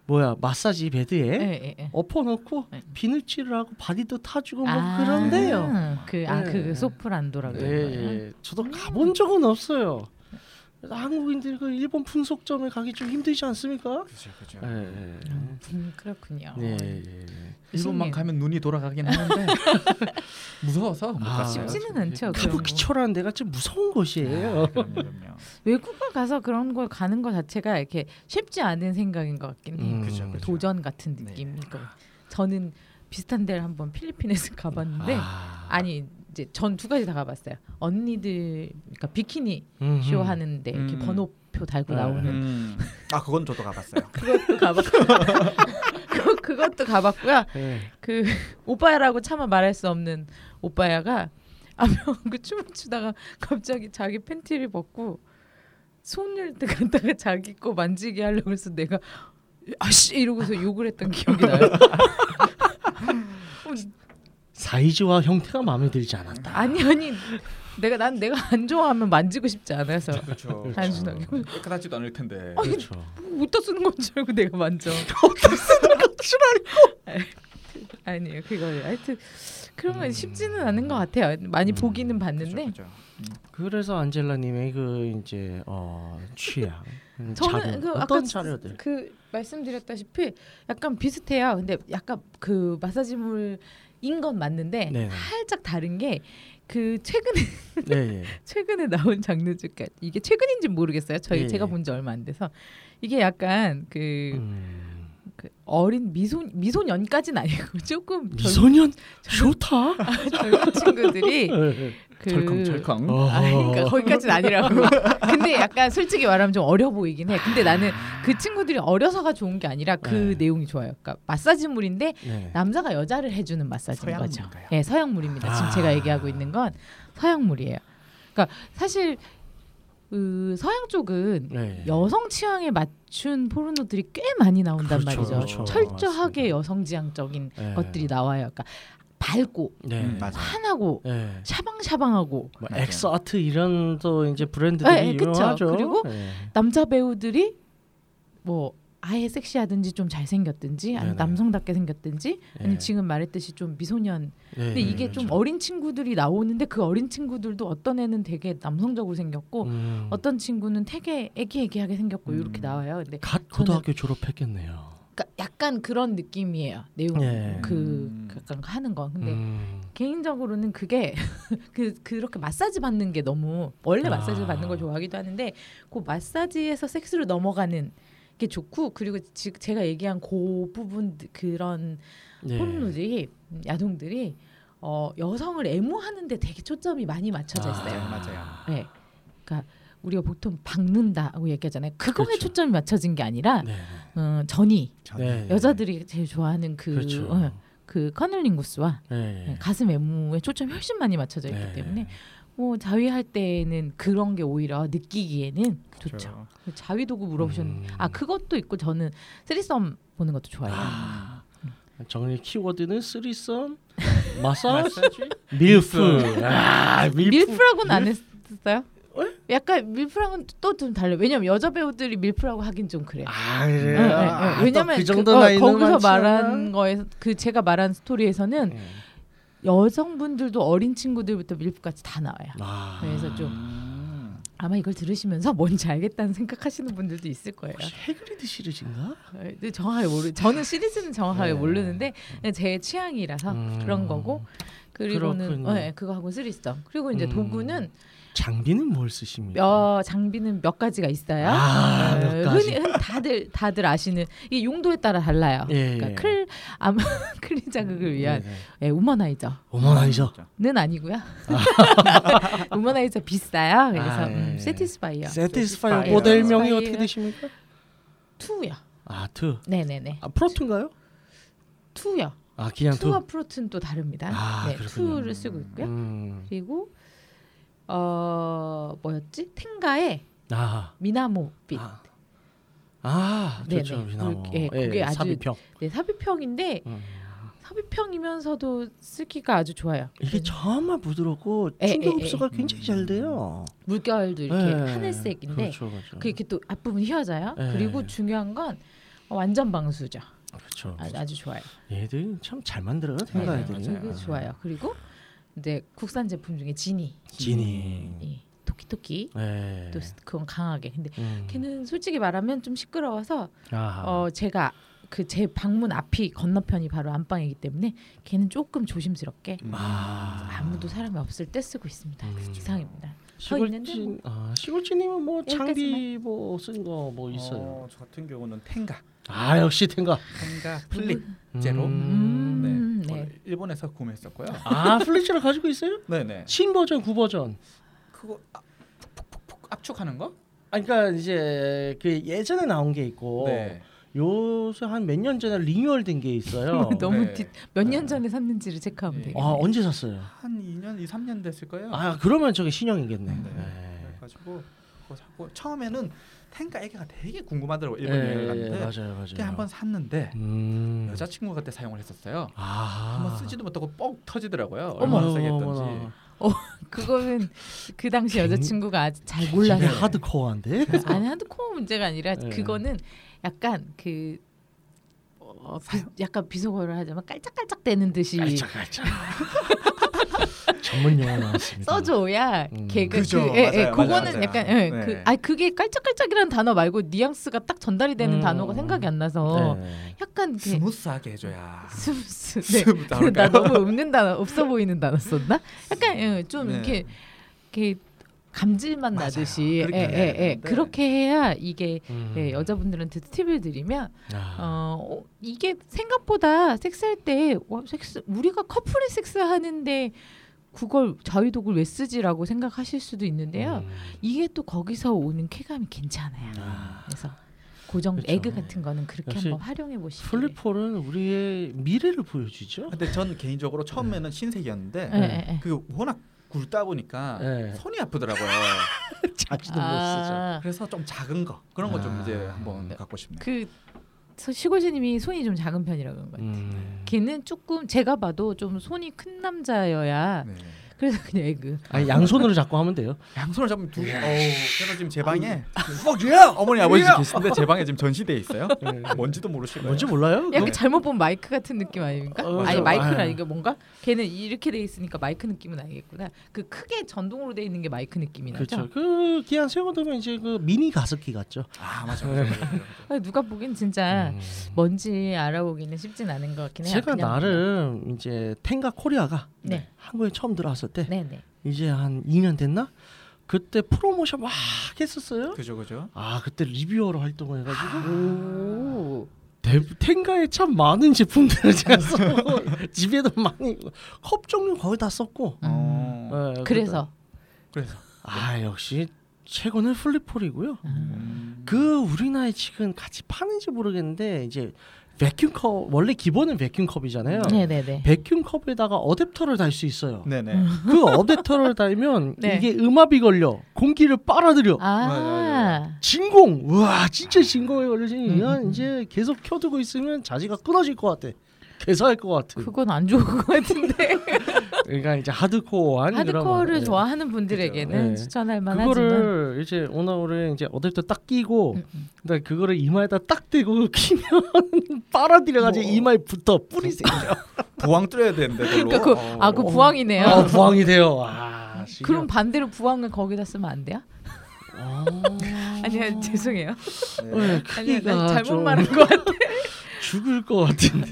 Speaker 5: 뭐야 마사지 베드에
Speaker 2: 예, 예, 예.
Speaker 5: 엎어놓고
Speaker 2: 네.
Speaker 5: 비누칠을 하고 바디도 타주고 뭐
Speaker 2: 아,
Speaker 5: 그런데요.
Speaker 2: 그, 아,
Speaker 5: 네.
Speaker 2: 그 소프란도라고.
Speaker 5: 예,
Speaker 2: 요
Speaker 5: 예. 저도
Speaker 2: 음.
Speaker 5: 가본 적은 없어요. 그래서 한국인들 그 일본 분속점에 가기 좀 힘들지 않습니까?
Speaker 4: 그렇죠, 그렇죠.
Speaker 5: 예, 예.
Speaker 2: 음, 그렇군요.
Speaker 5: 예, 예.
Speaker 4: 일본만
Speaker 2: 신기해요.
Speaker 4: 가면 눈이 돌아가긴 하는데 무서워서 못
Speaker 5: 아,
Speaker 4: 갔어요.
Speaker 2: 쉽지는 않죠. 그런 거.
Speaker 5: 카부키초라는 데가 좀 무서운
Speaker 2: 아.
Speaker 5: 곳이에요.
Speaker 4: 네, 그럼요, 그럼요.
Speaker 2: 외국을 가서 그런 걸 가는 것 자체가 이렇게 쉽지 않은 생각인 것 같긴 해요.
Speaker 5: 음,
Speaker 4: 그죠, 그죠.
Speaker 2: 도전 같은
Speaker 4: 네.
Speaker 2: 느낌인 것 같아요. 저는 비슷한 데를 한번 필리핀에서 가봤는데
Speaker 5: 아.
Speaker 2: 아. 니 이제 전 두 가지 다 가봤어요. 언니들 그러니까 비키니
Speaker 5: 음흠.
Speaker 2: 쇼 하는데 이렇게
Speaker 4: 음.
Speaker 2: 번호표 달고
Speaker 5: 네.
Speaker 2: 나오는
Speaker 4: 음. 아 그건 저도 가봤어요.
Speaker 2: 그것도 가봤고 그, 그것도 가봤고요.
Speaker 5: 예.
Speaker 2: 그 오빠야라고 차마 말할 수 없는 오빠야가 아병그 춤을 추다가 갑자기 자기 팬티를 벗고 손을 갖다가 자기 거 만지게 하려고 해서 내가 아씨 이러고서 욕을 했던 기억이 나요. 어,
Speaker 5: 사이즈와 형태가 마음에 들지 않았다.
Speaker 2: 아니 아니 내가 난 내가 안 좋아하면 만지고 싶지 않아서
Speaker 6: 그렇죠.
Speaker 2: 단순하게. 어,
Speaker 6: 깨끗하지도 않을 텐데.
Speaker 2: 아니
Speaker 5: 그렇죠.
Speaker 2: 웃다 쓰는 건 줄 알고 내가 만져. 아니에요 그거 하여튼 그런 건 쉽지는 않은 것 같아요. 많이 보기는 봤는데
Speaker 6: 음, 그렇죠.
Speaker 5: 그래서 안젤라님의 그 이제 어 취향
Speaker 2: 저는
Speaker 5: 자료
Speaker 2: 그 아까
Speaker 5: 어떤
Speaker 2: 지-
Speaker 5: 자료들
Speaker 2: 그 말씀드렸다시피 약간 비슷해요. 근데 약간 그 마사지물인 건 맞는데
Speaker 5: 네.
Speaker 2: 살짝 다른 게 그 최근에
Speaker 5: 네,
Speaker 2: 최근에 나온 장르 중 이게 최근인지 모르겠어요. 저희
Speaker 5: 예,
Speaker 2: 제가
Speaker 5: 예.
Speaker 2: 본 지 얼마 안 돼서 이게 약간 그,
Speaker 5: 예. 음,
Speaker 2: 그 어린 미소 미소년까지는 아니고 조금 젊-
Speaker 5: 미소년 좋다.
Speaker 2: 젊은
Speaker 5: 네.
Speaker 2: 친구들이 그
Speaker 6: 철컹철컹.
Speaker 2: 아,
Speaker 5: 어.
Speaker 2: 그러니까 거기까지는 아니라고. 근데 약간 솔직히 말하면 좀 어려 보이긴 해. 근데 나는 그 친구들이 어려서가 좋은 게 아니라 그
Speaker 5: 네.
Speaker 2: 내용이 좋아요. 그러니까 마사지물인데
Speaker 5: 네.
Speaker 2: 남자가 여자를 해주는 마사지인 거죠.
Speaker 4: 서양물인가요?
Speaker 2: 예, 서양물입니다. 지금
Speaker 5: 아.
Speaker 2: 제가 얘기하고 있는 건 서양물이에요. 그러니까 사실 그 서양 쪽은
Speaker 5: 네.
Speaker 2: 여성 취향에 맞춘 포르노들이 꽤 많이 나온단
Speaker 5: 그렇죠,
Speaker 2: 말이죠.
Speaker 5: 그렇죠.
Speaker 2: 철저하게
Speaker 5: 맞습니다.
Speaker 2: 여성 지향적인
Speaker 5: 네.
Speaker 2: 것들이 나와요. 그러니까 밝고
Speaker 5: 네.
Speaker 4: 음, 맞아.
Speaker 2: 환하고
Speaker 5: 네.
Speaker 2: 샤방샤방하고
Speaker 5: 뭐
Speaker 4: 맞아요.
Speaker 5: 엑스아트 이런 또 이제 브랜드들이
Speaker 2: 네, 그쵸.
Speaker 5: 유명하죠.
Speaker 2: 그리고
Speaker 5: 네.
Speaker 2: 남자 배우들이 뭐 아예 섹시하든지 좀 잘생겼든지 아니
Speaker 5: 네네.
Speaker 2: 남성답게 생겼든지 아니
Speaker 5: 네.
Speaker 2: 지금 말했듯이 좀 미소년
Speaker 5: 네,
Speaker 2: 근데 이게 좀 어린 친구들이 나오는데 그 어린 친구들도 어떤 애는 되게 남성적으로 생겼고
Speaker 5: 음,
Speaker 2: 어떤 친구는 되게 애기애기하게 생겼고 이렇게 나와요 근데
Speaker 5: 갓 고등학교 졸업했겠네요.
Speaker 2: 그러니까 약간 그런 느낌이에요 내용
Speaker 5: 예.
Speaker 2: 그
Speaker 4: 음.
Speaker 2: 약간 하는 건 근데
Speaker 5: 음.
Speaker 2: 개인적으로는 그게 그 그렇게 마사지 받는 게 너무 원래
Speaker 5: 아.
Speaker 2: 마사지 받는 걸 좋아하기도 하는데 그 마사지에서 섹스로 넘어가는 게 좋고 그리고 지, 제가 얘기한 그 부분 그런
Speaker 5: 네.
Speaker 2: 포르노들이 야동들이 어, 여성을 애무하는데 되게 초점이 많이 맞춰져 있어요.
Speaker 4: 맞아요, 맞아요.
Speaker 2: 네. 그러니까 우리가 보통 박는다고 얘기하잖아요. 그거에
Speaker 5: 그렇죠.
Speaker 2: 초점이 맞춰진 게 아니라
Speaker 5: 네.
Speaker 2: 어, 전이
Speaker 5: 네.
Speaker 2: 여자들이 제일 좋아하는 그
Speaker 5: 그렇죠.
Speaker 2: 어, 그 커널링 구스와
Speaker 5: 네.
Speaker 2: 네, 가슴 애무에 초점이 훨씬 많이 맞춰져 있기
Speaker 5: 네.
Speaker 2: 때문에 뭐 자위할 때는 그런 게 오히려 느끼기에는 좋죠.
Speaker 4: 그렇죠.
Speaker 2: 자위 도구 물어보셨는데
Speaker 5: 음.
Speaker 2: 아 그것도 있고 저는 쓰리썸 보는 것도 좋아해요.
Speaker 5: 정리 키워드는 쓰리썸, 마사지, 밀프. 아, 밀프.
Speaker 2: 밀프라고는 안 했어요? 약간 밀프랑은 또 좀 달라요. 왜냐면 여자 배우들이 밀프라고 하긴 좀 그래요.
Speaker 5: 아,
Speaker 2: 예,
Speaker 5: 그래요?
Speaker 2: 예, 예.
Speaker 5: 아, 또
Speaker 2: 왜냐면
Speaker 5: 그
Speaker 2: 그
Speaker 5: 정도
Speaker 2: 어,
Speaker 5: 나이는
Speaker 2: 거기서
Speaker 5: 많지
Speaker 2: 말한
Speaker 5: 않아?
Speaker 2: 거에서 그 제가 말한 스토리에서는
Speaker 5: 예.
Speaker 2: 여성분들도 어린 친구들부터 밀프까지 다 나와요.
Speaker 5: 아,
Speaker 2: 그래서 좀
Speaker 6: 음.
Speaker 2: 아마 이걸 들으시면서 뭔지 알겠다는 생각하시는 분들도 있을 거예요. 어,
Speaker 5: 혹시 해그리드 시리즈인가?
Speaker 2: 근데 정확하게 모르. 저는 시리즈는 정확하게
Speaker 5: 네.
Speaker 2: 모르는데 그냥 제 취향이라서
Speaker 5: 음.
Speaker 2: 그런 거고 그리고는
Speaker 5: 그렇군요.
Speaker 2: 어, 예, 그거 하고 쓰리썸. 그리고 이제
Speaker 5: 음.
Speaker 2: 도구는
Speaker 5: 장비는 뭘 쓰십니까?
Speaker 2: 몇 장비는 몇 가지가 있어요.
Speaker 5: 아,
Speaker 2: 어,
Speaker 5: 몇 가지.
Speaker 2: 흔히, 흔 다들 다들 아시는 이게 용도에 따라 달라요.
Speaker 5: 예,
Speaker 2: 그러니까
Speaker 5: 예.
Speaker 2: 클 아마 클린 자극을 위한
Speaker 5: 네, 네.
Speaker 2: 예, 우머나이저.
Speaker 5: 어머나 이죠.
Speaker 2: 는 아니고요. 우머나이저 비싸요. 그래서
Speaker 5: 아,
Speaker 2: 음,
Speaker 5: 예.
Speaker 2: 세티스파이어
Speaker 5: 세티스파이어
Speaker 4: 세티스파이어.
Speaker 5: 모델명이
Speaker 2: 세티스파이어.
Speaker 5: 어떻게 되십니까?
Speaker 2: 투요.
Speaker 5: 아트.
Speaker 2: 네네네.
Speaker 5: 아 프로트인가요?
Speaker 2: 투요.
Speaker 5: 아 그냥
Speaker 2: 투와
Speaker 5: 투.
Speaker 2: 프로트는 또 다릅니다.
Speaker 5: 아,
Speaker 2: 네,
Speaker 5: 그렇군요.
Speaker 2: 투를 쓰고 있고요.
Speaker 5: 음.
Speaker 2: 그리고 어 뭐였지? 텐가의
Speaker 5: 아.
Speaker 2: 미나모빛.
Speaker 5: 아. 아,
Speaker 2: 네,
Speaker 5: 좋죠.
Speaker 2: 네.
Speaker 5: 미나모.
Speaker 2: 그- 예, 그게 아주-
Speaker 5: 삽입형.
Speaker 2: 네, 삽입형인데
Speaker 5: 음.
Speaker 2: 삽입형이면서도 쓰기가 아주 좋아요. 그
Speaker 5: 이게 정말 부드럽고
Speaker 2: 예,
Speaker 5: 충격
Speaker 2: 예, 예.
Speaker 5: 흡수가 굉장히 잘 돼요.
Speaker 2: 물결도 이렇게
Speaker 5: 예.
Speaker 2: 하늘색인데 그
Speaker 5: 그렇죠, 그렇죠.
Speaker 2: 이렇게 또 앞부분 휘어져요.
Speaker 5: 예.
Speaker 2: 그리고 중요한 건 어, 완전 방수죠.
Speaker 5: 그렇죠.
Speaker 2: 아주, 아주 좋아요.
Speaker 5: 얘들 참 잘 만들어요. 예.
Speaker 2: 네,
Speaker 5: 생각 애들이.
Speaker 2: 그게 좋아요. 그리고 이제 국산 제품 중에 지니,
Speaker 5: 지니.
Speaker 2: 이 토끼토끼
Speaker 5: 네.
Speaker 2: 음. 또 스- 그건 강하게. 근데
Speaker 5: 음.
Speaker 2: 걔는 솔직히 말하면 좀 시끄러워서
Speaker 5: 아.
Speaker 2: 어 제가 그 제 방문 앞이 건너편이 바로 안방이기 때문에 걔는 조금 조심스럽게
Speaker 5: 아.
Speaker 2: 아무도 사람이 없을 때 쓰고 있습니다.
Speaker 5: 음.
Speaker 2: 이상입니다. 있는데 뭐 예,
Speaker 5: 시골진 아 시골진님은 뭐
Speaker 2: 여기까지만.
Speaker 5: 장비 뭐 쓴 거 뭐 있어요?
Speaker 6: 저 같은 경우는 텐가.
Speaker 5: 아 역시 텐가
Speaker 6: 텐가 플립
Speaker 5: 음.
Speaker 6: 제로.
Speaker 2: 음,
Speaker 6: 네.
Speaker 2: 네.
Speaker 6: 저는 일본에서 구매했었고요.
Speaker 5: 아 플래시를 가지고 있어요?
Speaker 6: 네, 네.
Speaker 5: 신버전 구버전
Speaker 6: 그거 아, 푹푹푹 압축하는 거?
Speaker 5: 아 그러니까 이제 그 예전에 나온 게 있고
Speaker 6: 네.
Speaker 5: 요새 한 몇 년 전에 리뉴얼 된 게 있어요.
Speaker 2: 너무
Speaker 6: 네.
Speaker 2: 몇 년 전에 샀는지를 체크하면
Speaker 6: 네.
Speaker 2: 되겠네.
Speaker 5: 아 언제 샀어요?
Speaker 6: 한 2년, 2, 3년 됐을 거예요.
Speaker 5: 아 그러면 저게 신형이겠네.
Speaker 6: 네.
Speaker 5: 네.
Speaker 6: 그래가지고 그거 사고 처음에는 텐가 애기가 되게 궁금하더라고 일본 여행
Speaker 5: 예, 예,
Speaker 6: 갔는데
Speaker 5: 맞아요, 맞아요.
Speaker 6: 그때 한번 샀는데
Speaker 5: 음.
Speaker 6: 여자친구가 그때 사용을 했었어요.
Speaker 5: 아.
Speaker 6: 한번 쓰지도 못하고 뻥 터지더라고요. 얼마나 세게 했던지.
Speaker 2: 그거는 그 당시
Speaker 5: 굉-
Speaker 2: 여자친구가 아직 잘
Speaker 5: 몰라요.
Speaker 2: 몰라서
Speaker 5: 하드코어한데.
Speaker 2: 아니 한드코어 문제가 아니라
Speaker 5: 네.
Speaker 2: 그거는 약간 그 어, 비, 약간 비속어를 하자면 깔짝깔짝 대는 듯이
Speaker 5: 깔짝깔짝. 전문 용어 나왔습니다.
Speaker 2: 써줘야
Speaker 5: 음.
Speaker 2: 걔가
Speaker 6: 그죠.
Speaker 2: 그, 예, 예,
Speaker 6: 맞아요, 맞아요,
Speaker 2: 그거는
Speaker 6: 맞아요.
Speaker 2: 약간 예,
Speaker 6: 네.
Speaker 2: 그, 아 그게 깔짝깔짝이라는 단어 말고 뉘앙스가 딱 전달이 되는
Speaker 5: 음.
Speaker 2: 단어가 생각이 안 나서
Speaker 5: 네.
Speaker 2: 약간 그
Speaker 6: 스무스하게 해줘야.
Speaker 2: 스무스 네.
Speaker 6: 스무
Speaker 2: 나
Speaker 6: 나올까요?
Speaker 2: 너무 없는 단어 없어 보이는 단어 썼나? 약간 예, 좀
Speaker 6: 네.
Speaker 2: 이렇게 이렇게 감질만
Speaker 6: 맞아요.
Speaker 2: 나듯이
Speaker 6: 그렇게
Speaker 2: 예,
Speaker 6: 해야
Speaker 2: 예, 예.
Speaker 6: 되는데.
Speaker 2: 그렇게 해야 이게
Speaker 5: 음.
Speaker 2: 예, 여자분들한테 팁을 드리면
Speaker 5: 아.
Speaker 2: 어, 어, 이게 생각보다 섹스할 때 와, 섹스 우리가 커플이 섹스하는데 그걸 자위독을 왜 쓰지라고 생각하실 수도 있는데요.
Speaker 5: 음.
Speaker 2: 이게 또 거기서 오는 쾌감이 괜찮아요.
Speaker 5: 아.
Speaker 2: 그래서 고정
Speaker 5: 그렇죠.
Speaker 2: 에그 같은 거는 그렇게
Speaker 5: 역시
Speaker 2: 한번 활용해 보시기.
Speaker 5: 플립폴은 우리의 미래를 보여주죠.
Speaker 6: 근데 전 개인적으로 처음에는 신세계였는데
Speaker 2: 예, 예, 예.
Speaker 6: 그 워낙 굵다 보니까
Speaker 5: 네.
Speaker 6: 손이 아프더라고요.
Speaker 5: 자지도
Speaker 2: 아,
Speaker 6: 그래서 좀 작은 거 그런 거 좀
Speaker 5: 아.
Speaker 6: 이제 한번 갖고 싶네요.
Speaker 2: 그 서- 시골지님이 손이 좀 작은 편이라고 한것 같아요.
Speaker 5: 음.
Speaker 2: 걔는 조금 제가 봐도 좀 손이 큰 남자여야
Speaker 6: 네.
Speaker 2: 그래서 그냥 에그.
Speaker 5: 아니 양손으로 잡고 하면 돼요.
Speaker 6: 양손을 잡으면 두. 네. 아, 어우, 그래서 지금 제 방에 어머니 아버지 계신데 제 방에 지금 전시돼 있어요. 네, 뭔지도 모르시고요.
Speaker 5: 뭔지 몰라요?
Speaker 2: 약간 잘못 본 마이크 같은 느낌 아닙니까?
Speaker 5: 네. 어,
Speaker 2: 아니
Speaker 5: 맞아요.
Speaker 2: 마이크는
Speaker 5: 아.
Speaker 2: 아니고 뭔가 걔는 이렇게 돼 있으니까 마이크 느낌은 아니겠구나. 그 크게 전동으로 돼 있는 게 마이크 느낌이 나죠.
Speaker 5: 그렇죠. 그 기한 세워두면 이제 그 미니 가습기 같죠.
Speaker 6: 아 맞아. 맞아, 맞아, 맞아.
Speaker 2: 아, 누가 보긴 진짜
Speaker 5: 음.
Speaker 2: 뭔지 알아보기는 쉽진 않은 것 같긴 해요.
Speaker 5: 제가
Speaker 2: 예. 그냥
Speaker 5: 나름 이제 텐가 코리아가
Speaker 2: 네.
Speaker 5: 한국에 처음 들어왔을 때
Speaker 2: 그냥. 네네.
Speaker 5: 이제 한 2년 됐나? 그때 프로모션 막
Speaker 2: 네.
Speaker 5: 했었어요.
Speaker 6: 그죠 그죠.
Speaker 5: 아 그때 리뷰어로 활동을 해가지고
Speaker 2: 아. 오.
Speaker 5: 대, 텐가에 참 많은 제품들을 제가 써고 집에도 많이 컵 종류 거의 다 썼고.
Speaker 6: 어.
Speaker 5: 예,
Speaker 2: 음. 그래서
Speaker 5: 아 역시 최고는 플립폴이고요.
Speaker 6: 음.
Speaker 5: 그 우리나라에 지금 같이 파는지 모르겠는데 이제 vacuum컵 원래 기본은 vacuum컵이잖아요.
Speaker 2: 네네네.
Speaker 5: vacuum컵에다가 어댑터를 달 수 있어요.
Speaker 6: 네네.
Speaker 5: 그 어댑터를 달면
Speaker 2: 네.
Speaker 5: 이게 음압이 걸려 공기를 어. 빨아들여.
Speaker 2: 아.
Speaker 5: 진공 우와 진짜 진공에 걸리지
Speaker 2: 음,
Speaker 5: 이건 이제 계속 켜두고 있으면 자지가 끊어질 것 같아 개사할 것 같아
Speaker 2: 그건 안 좋은 것 같은데
Speaker 5: 그러니까 이제 하드코어한
Speaker 2: 하드코어를
Speaker 5: 그런-
Speaker 2: 좋아하는 분들에는
Speaker 5: 네.
Speaker 2: 추천할 만하지만
Speaker 5: 그거를 이제 오나오래 이제 어댑터 딱 끼고
Speaker 2: 음,
Speaker 5: 그다음에 그거를 이마에다 딱 대고 키면 빨아들여가지고
Speaker 2: 뭐.
Speaker 5: 이마에 붙어 뿌리 생겨
Speaker 6: 부황 뚫어야 되는데 그걸로.
Speaker 2: 그러니까 그,
Speaker 6: 어.
Speaker 2: 아, 그 부항이네요.
Speaker 5: 아, 부황이 돼요 아, 지금.
Speaker 2: 그럼 반대로 부항을 거기다 쓰면 안 돼요?
Speaker 5: 아. 어.
Speaker 2: 아니요 죄송해요.
Speaker 6: 어,
Speaker 5: 네,
Speaker 2: 아니요
Speaker 5: 크기가
Speaker 2: 나 잘못
Speaker 5: 좀
Speaker 2: 말한 것 같아.
Speaker 5: 죽을 것 같은데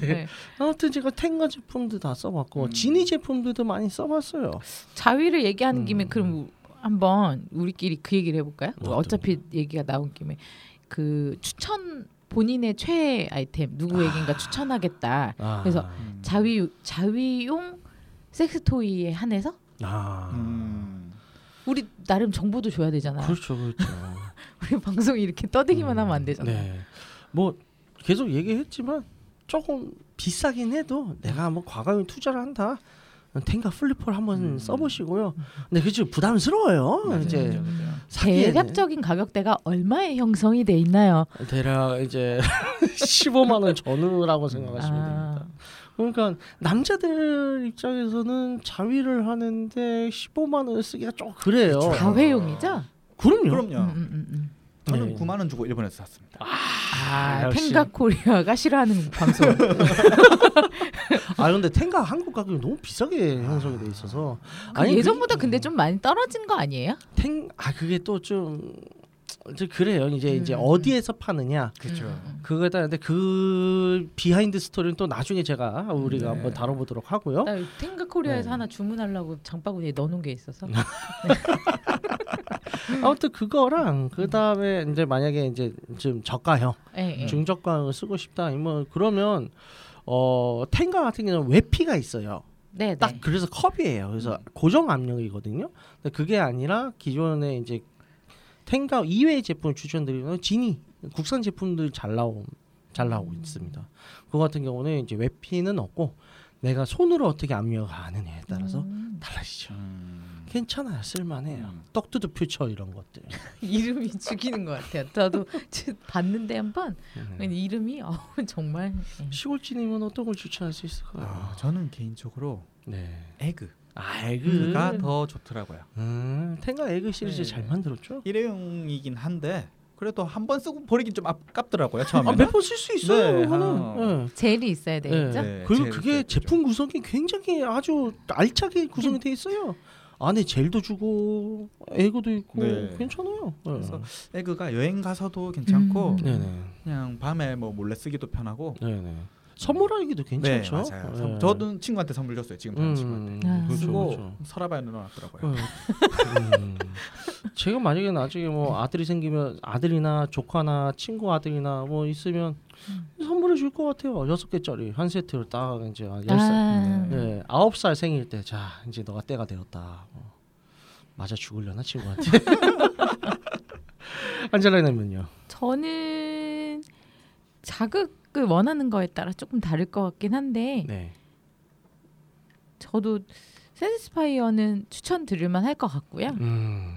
Speaker 2: 네. 음.
Speaker 5: 아무튼 제가 텐가 제품도 다 써봤고 지니 제품들도 많이 써봤어요
Speaker 2: 자위를 얘기하는 김에
Speaker 5: 음.
Speaker 2: 그럼 우- 한번 우리끼리 그 얘기를 해볼까요?
Speaker 5: 뭐 어떤
Speaker 2: 어차피 얘기가 나온 김에 그 추천 본인의 최애 아이템 누구에겐가 추천하겠다.
Speaker 5: 아.
Speaker 2: 그래서
Speaker 6: 음.
Speaker 2: 자위 자위용 섹스 토이에 한해서
Speaker 5: 아
Speaker 6: 음.
Speaker 2: 우리 나름 정보도 줘야 되잖아.
Speaker 5: 그렇죠 그렇죠
Speaker 2: 우리 방송 이렇게 떠들기만
Speaker 5: 음,
Speaker 2: 하면 안 되잖아.
Speaker 5: 네. 뭐 계속 얘기했지만 조금 비싸긴 해도 내가 한번 과감히 투자를 한다 텐가 플리퍼를 한번
Speaker 6: 음.
Speaker 5: 써보시고요 근데 그죠 부담스러워요
Speaker 6: 맞아요,
Speaker 5: 이제
Speaker 6: 그죠, 그죠.
Speaker 5: 사기에는.
Speaker 2: 음. 대략적인 가격대가 얼마에 형성이 돼 있나요?
Speaker 5: 대략 이제 15만 원 전후라고 생각하시면
Speaker 2: 아.
Speaker 5: 됩니다. 그러니까 남자들 입장에서는 자위를 하는데 15만 원을 쓰기가 좀 그래요.
Speaker 2: 아, 그렇죠. 다회용이죠?
Speaker 5: 어. 그럼요.
Speaker 6: 그럼요.
Speaker 2: 음, 음, 음, 음.
Speaker 5: 네.
Speaker 6: 저는 9만 원 주고 일본에서 샀습니다.
Speaker 2: 아,
Speaker 5: 역시.
Speaker 2: 탱가 코리아가 싫어하는 방송.
Speaker 5: 아 근데 텐가 한국 가격이 너무 비싸게 형성이 돼 있어서
Speaker 2: 그 예전보다 근데 좀 많이 떨어진 거 아니에요?
Speaker 5: 텐아 그게 또좀 그래요. 이제 이제
Speaker 2: 음.
Speaker 5: 어디에서 파느냐
Speaker 6: 그죠.
Speaker 5: 그거에 따른데 그 비하인드 스토리는 또 나중에 제가 우리가
Speaker 6: 네.
Speaker 5: 한번 다뤄보도록 하고요.
Speaker 2: 나 탱가 코리아에서
Speaker 5: 어? 네.
Speaker 2: 하나 주문하려고 장바구니에 넣어놓은 게 있어서. 음.
Speaker 5: 아무튼 그거랑 그 다음에 이제 만약에 이제 좀 저가형
Speaker 2: 예, 예.
Speaker 5: 중저가형을 쓰고 싶다 이면 그러면 어 텐가 같은 경우는 외피가 있어요.
Speaker 2: 네,
Speaker 5: 딱
Speaker 2: 네.
Speaker 5: 그래서 컵이에요. 그래서
Speaker 6: 음.
Speaker 5: 고정 압력이거든요. 근데 그게 아니라 기존에 이제 텐가 이외의 제품을 추천드리면 지니 국산 제품들 잘 나온 잘
Speaker 6: 음.
Speaker 5: 나오고 있습니다. 그거 같은 경우는 이제 외피는 없고 내가 손으로 어떻게 압력을 가느냐에 따라서
Speaker 2: 음.
Speaker 5: 달라지죠.
Speaker 6: 음.
Speaker 5: 괜찮아요. 쓸만해요.
Speaker 6: 음.
Speaker 5: 떡두드 퓨처 이런 것들.
Speaker 2: 이름이 죽이는 것 같아요. 저도 지- 봤는데 한번
Speaker 5: 네.
Speaker 2: 근데 이름이 어, 정말 예.
Speaker 5: 시골지님은 어떤 걸 추천할 수 있을까요?
Speaker 6: 아, 음. 저는 개인적으로
Speaker 5: 네.
Speaker 6: 에그.
Speaker 5: 아이그가
Speaker 6: 에그가 더 좋더라고요.
Speaker 5: 음, 탱가 에그 시리즈
Speaker 6: 네.
Speaker 5: 잘 만들었죠?
Speaker 6: 일회용이긴 한데 그래도 한 번 쓰고 버리긴 좀 아깝더라고요
Speaker 5: 아,
Speaker 6: 처음에.
Speaker 5: 몇 번 쓸 수 있어요.
Speaker 6: 네,
Speaker 5: 그거는.
Speaker 6: 아.
Speaker 5: 네.
Speaker 2: 젤이 있어야 되겠죠.
Speaker 6: 네.
Speaker 5: 그리고
Speaker 6: 제일
Speaker 5: 그게
Speaker 6: 제일
Speaker 5: 제품 구성이 굉장히 아주
Speaker 2: 네.
Speaker 5: 알차게 구성이 돼 있어요. 안에 젤도 주고 에그도 있고
Speaker 6: 네.
Speaker 5: 괜찮아요. 네.
Speaker 6: 그래서 에그가 여행 가서도 괜찮고
Speaker 2: 음.
Speaker 5: 네네.
Speaker 6: 그냥 밤에 뭐 몰래 쓰기도 편하고.
Speaker 5: 네네. 선물하기도 괜찮죠. 예.
Speaker 6: 네 맞아요. 선- 저도 친구한테 선물 줬어요 지금 다른 친구한테.
Speaker 2: 아.
Speaker 5: 그렇죠,
Speaker 6: 쓰고
Speaker 5: 그렇죠.
Speaker 6: 서랍에 넣어놨더라고요.
Speaker 5: 음. 음. 제가 만약에 나중에 뭐 아들이 생기면 아들이나 조카나 친구 아들이나 뭐 있으면
Speaker 2: 음.
Speaker 5: 선물해 줄 것 같아요. 여섯 개짜리 한 세트를 딱 이제 한 열 살,
Speaker 2: 아,
Speaker 5: 예, 아홉 살 생일 때, 자 이제 너가 때가 되었다. 뭐. 맞아 죽을려나 친구한테. 안젤라님은요.
Speaker 2: 저는 자극을 원하는 거에 따라 조금 다를 것 같긴 한데
Speaker 5: 네.
Speaker 2: 저도 세티스파이어는 추천드릴 만할 것 같고요.
Speaker 5: 음.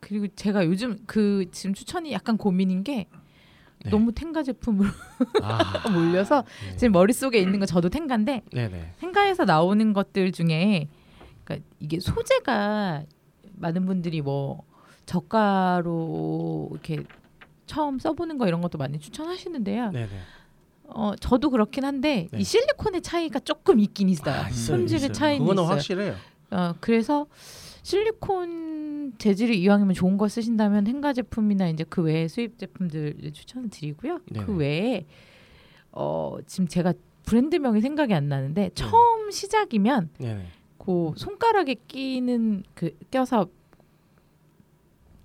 Speaker 2: 그리고 제가 요즘 그 지금 추천이 약간 고민인 게
Speaker 5: 네.
Speaker 2: 너무 탱가 제품으로
Speaker 5: 아.
Speaker 2: 몰려서
Speaker 5: 네.
Speaker 2: 지금 머릿속에 있는 건 저도 탱가인데
Speaker 5: 네네.
Speaker 2: 탱가에서 나오는 것들 중에 그러니까 이게 소재가 많은 분들이 뭐 저가로 이렇게 처음 써보는 거 이런 것도 많이 추천하시는데요.
Speaker 5: 네네.
Speaker 2: 어 저도 그렇긴 한데
Speaker 5: 네.
Speaker 2: 이 실리콘의 차이가 조금 있긴 있어요. 품질의 차이는
Speaker 5: 아, 그거는
Speaker 2: 있어요.
Speaker 5: 확실해요.
Speaker 2: 어, 그래서 실리콘 재질이 이왕이면 좋은 거 쓰신다면 행가 제품이나 이제 그 외에 수입 제품들 추천을 드리고요.
Speaker 5: 네네.
Speaker 2: 그 외에 어, 지금 제가 브랜드명이 생각이 안
Speaker 5: 네.
Speaker 2: 나는데 처음 시작이면
Speaker 5: 네네. 음.
Speaker 2: 그 손가락에 끼는 그 껴서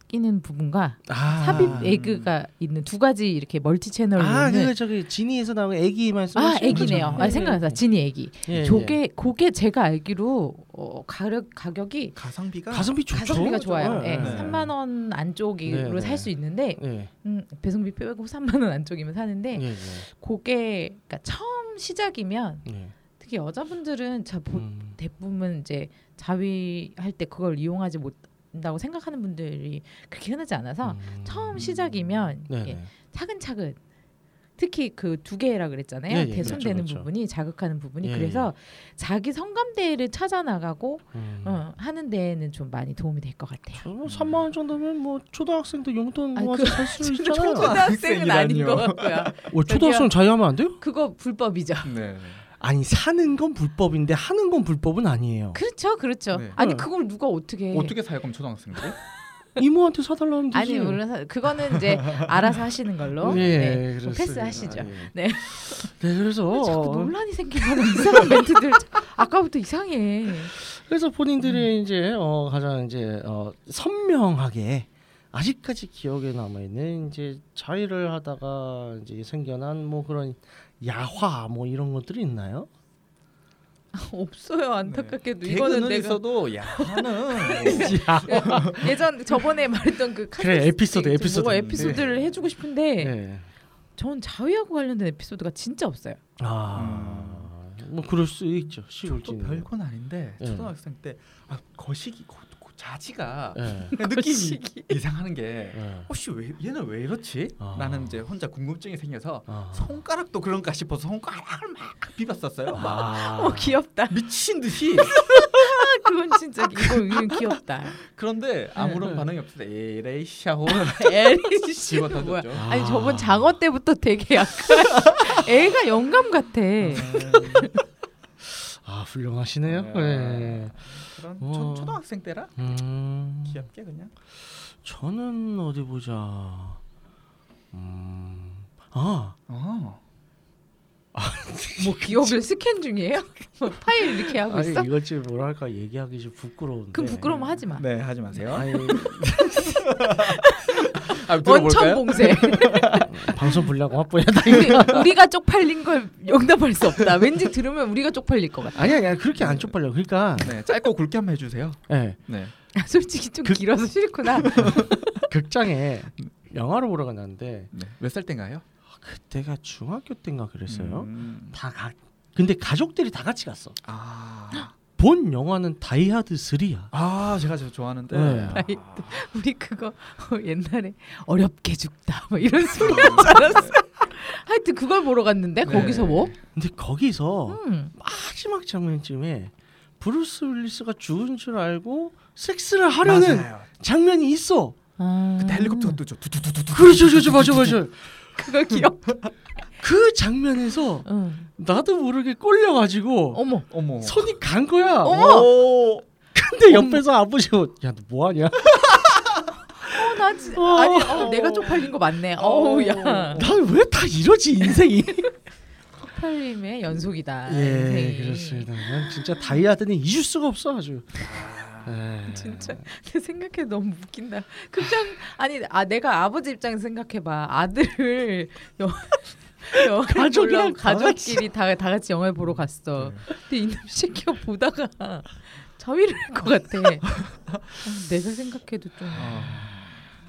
Speaker 2: 끼는 부분과
Speaker 5: 아.
Speaker 2: 삽입 에그가 있는 두 가지 이렇게 멀티 채널로는
Speaker 5: 아,
Speaker 2: 아,
Speaker 5: 그 저기 지니에서 나온 애기 말씀.
Speaker 2: 애기네요. 아, 생각났어. 진이 애기.
Speaker 5: 예,
Speaker 2: 저게 그게 제가 알기로 어, 가격 가격이
Speaker 6: 가성비가
Speaker 5: 가성비 좋죠.
Speaker 2: 가성비가 좋아요.
Speaker 5: 네.
Speaker 2: 예,
Speaker 6: 네.
Speaker 2: 3만 원 안쪽으로
Speaker 5: 네, 네.
Speaker 2: 살 수 있는데
Speaker 5: 네.
Speaker 2: 음, 배송비 빼고 3만 원 안쪽이면 사는데
Speaker 5: 예,
Speaker 2: 그게 그러니까 처음 시작이면
Speaker 5: 예. 예.
Speaker 2: 특히 여자분들은 자 보,
Speaker 5: 음.
Speaker 2: 대부분 이제 자위할 때 그걸 이용하지 못한다고 생각하는 분들이 그렇게 흔하지 않아서
Speaker 5: 음.
Speaker 2: 처음 시작이면
Speaker 5: 네,
Speaker 2: 예,
Speaker 5: 네.
Speaker 2: 차근차근 특히 그 두 개라 그랬잖아요.
Speaker 5: 예, 예,
Speaker 2: 대손되는
Speaker 5: 그렇죠, 그렇죠.
Speaker 2: 부분이 자극하는 부분이
Speaker 5: 예, 예.
Speaker 2: 그래서 자기 성감대를 찾아 나가고
Speaker 5: 음.
Speaker 2: 어, 하는 데에는 좀 많이 도움이 될 것 같아요.
Speaker 5: 저뭐 3만 원 정도면 뭐 초등학생도 용돈 뭐
Speaker 2: 아니,
Speaker 5: 모아서
Speaker 2: 그-
Speaker 5: 살수
Speaker 2: 저는
Speaker 5: 있잖아요.
Speaker 2: 초등학생은 아닌 것 같고요.
Speaker 5: 왜뭐 초등학생 자유하면 안 돼요?
Speaker 2: 그거 불법이죠.
Speaker 6: 네.
Speaker 5: 아니 사는 건 불법인데 하는 건 불법은 아니에요.
Speaker 2: 그렇죠, 그렇죠.
Speaker 6: 네.
Speaker 2: 아니
Speaker 5: 네.
Speaker 2: 그걸 누가 어떻게?
Speaker 6: 어떻게 사요 그럼 초등학생들?
Speaker 5: 이모한테 사달라 하면 되지.
Speaker 2: 아니 물론 사- 그거는 이제 알아서 하시는 걸로.
Speaker 5: 예,
Speaker 2: 네.
Speaker 5: 그렇습니다.
Speaker 2: 패스하시죠.
Speaker 5: 아, 예.
Speaker 2: 네.
Speaker 5: 네, 그래서
Speaker 2: 자꾸 논란이 생기고 이상한 멘트들 아까부터 이상해.
Speaker 5: 그래서
Speaker 2: 음.
Speaker 5: 본인들이 이제 어, 가장 이제 어, 선명하게 아직까지 기억에 남아 있는 이제 자위를 하다가 이제 생겨난 뭐 그런 야화 뭐 이런 것들이 있나요?
Speaker 2: 없어요 안타깝게도 이거는
Speaker 6: 네. 개그는
Speaker 2: 내가
Speaker 6: 있어도 야는
Speaker 2: 예전 저번에 말했던 그
Speaker 5: 그래,
Speaker 2: 카세트
Speaker 5: 에피소드,
Speaker 2: 뭐
Speaker 5: 에피소드.
Speaker 2: 에피소드를
Speaker 6: 네.
Speaker 2: 해주고 싶은데
Speaker 5: 네.
Speaker 2: 전 자위하고 관련된 에피소드가 진짜 없어요.
Speaker 5: 아,
Speaker 2: 음.
Speaker 5: 뭐 그럴 수 있죠.
Speaker 6: 저도
Speaker 5: 시골진.
Speaker 6: 별건 아닌데
Speaker 5: 예.
Speaker 6: 초등학생 때 아, 거시기 고, 고, 자지가
Speaker 5: 예.
Speaker 6: 느낌이 이상하는 게
Speaker 5: 예.
Speaker 6: 혹시 왜 얘는 왜 이렇지?
Speaker 5: 아.
Speaker 6: 나는 이제 혼자 궁금증이 생겨서
Speaker 5: 아.
Speaker 6: 손가락도 그런가 싶어서 손가락을 막 비볐었어요.
Speaker 5: 아.
Speaker 2: 어 귀엽다.
Speaker 6: 미친 듯이
Speaker 2: 그건 진짜 이거 이건 귀엽다.
Speaker 6: 그런데 아무런 반응이 없을 때 에레이 샤오
Speaker 2: 에리씨
Speaker 6: 집어
Speaker 2: 뭐야?
Speaker 6: 던졌죠.
Speaker 2: 아니 저번 장어 때부터 되게 약간 애가 영감 같아.
Speaker 6: 예. 어,
Speaker 5: 아, 훌륭하시네요.
Speaker 6: 네.
Speaker 5: 예.
Speaker 6: 그런
Speaker 5: 어.
Speaker 6: 전 초등학생 때라
Speaker 5: 음.
Speaker 6: 귀엽게 그냥
Speaker 5: 저는 어디 보자. 음. 아,
Speaker 6: 어.
Speaker 2: 뭐 기업을 스캔 중이에요? 뭐 파일 이렇게 하고
Speaker 5: 아니
Speaker 2: 있어?
Speaker 5: 이걸지 뭐랄까 얘기하기 좀 부끄러운데.
Speaker 2: 그럼 부끄러움 하지 마.
Speaker 6: 네 하지 마세요.
Speaker 5: 아니
Speaker 6: 아,
Speaker 2: 원천
Speaker 6: 들어볼까요? 네.
Speaker 2: 봉쇄.
Speaker 5: 방송 분량 확보해야 돼.
Speaker 2: 우리, 우리가 쪽팔린 걸 용납할 수 없다. 왠지 들으면 우리가 쪽팔릴 것 같아.
Speaker 5: 아니 아니 그렇게 안 쪽팔려. 그러니까
Speaker 6: 네 짧고 굵게 한번 해주세요.
Speaker 5: 예,
Speaker 6: 네.
Speaker 2: 아, 솔직히 좀
Speaker 6: 그
Speaker 2: 길어서 싫구나. 음.
Speaker 5: 극장에 영화를 보러 갔는데 아,
Speaker 6: 네. 몇살 때인가요?
Speaker 5: 그때가 중학교 때인가 그랬어요.
Speaker 6: 음.
Speaker 5: 다 가. 근데 가족들이 다 같이 갔어.
Speaker 6: 아.
Speaker 5: 본 영화는 다이하드 3야.
Speaker 6: 아 제가 제일 좋아하는데.
Speaker 5: 네.
Speaker 2: 아이, 우리 그거 어, 옛날에 어렵게 죽다 뭐 이런 소리인 줄 알았어요. 하여튼 그걸 보러
Speaker 6: 네.
Speaker 2: 갔는데 거기서 뭐?
Speaker 5: 근데 거기서
Speaker 2: 음.
Speaker 6: 그
Speaker 5: 마지막 장면쯤에 브루스 윌리스가 죽은 줄 알고 섹스를 하려는 장면이 있어.
Speaker 2: 아.
Speaker 6: 그때 헬리콥터가 뜨죠. 두두두두두.
Speaker 5: 그렇죠, 그렇죠, 맞아, 맞아.
Speaker 2: 그거 기억.
Speaker 5: 그 장면에서
Speaker 6: 어.
Speaker 2: 응.
Speaker 5: 나도 모르게 꼴려가지고
Speaker 2: 어머.
Speaker 6: 어머.
Speaker 5: 손이 간 거야.
Speaker 6: 어머.
Speaker 5: 근데 옆에서 아버지가 야너 뭐하냐?
Speaker 2: 어, 나 진짜 아니 어, 내가 쪽팔린 거 맞네. 어우 야.
Speaker 5: 난 왜 다 이러지 인생이?
Speaker 2: 쪽팔림의 연속이다.
Speaker 5: 예
Speaker 2: 인생이.
Speaker 5: 그렇습니다. 난 진짜 다이아드는 잊을 수가 없어 아주. 예.
Speaker 2: 진짜 내 생각해 너무 웃긴다. 극장 아니 아 내가 아버지 입장에서 생각해봐 아들을 여, 여
Speaker 5: 가족이랑
Speaker 2: 가족이랑
Speaker 5: 네.
Speaker 2: 가족끼리 다 다 같이 영화 를 보러 갔어. 근데 이놈 새끼가 보다가 자위를 할 것 같아. 아, 내가 생각해도 좀
Speaker 5: 어.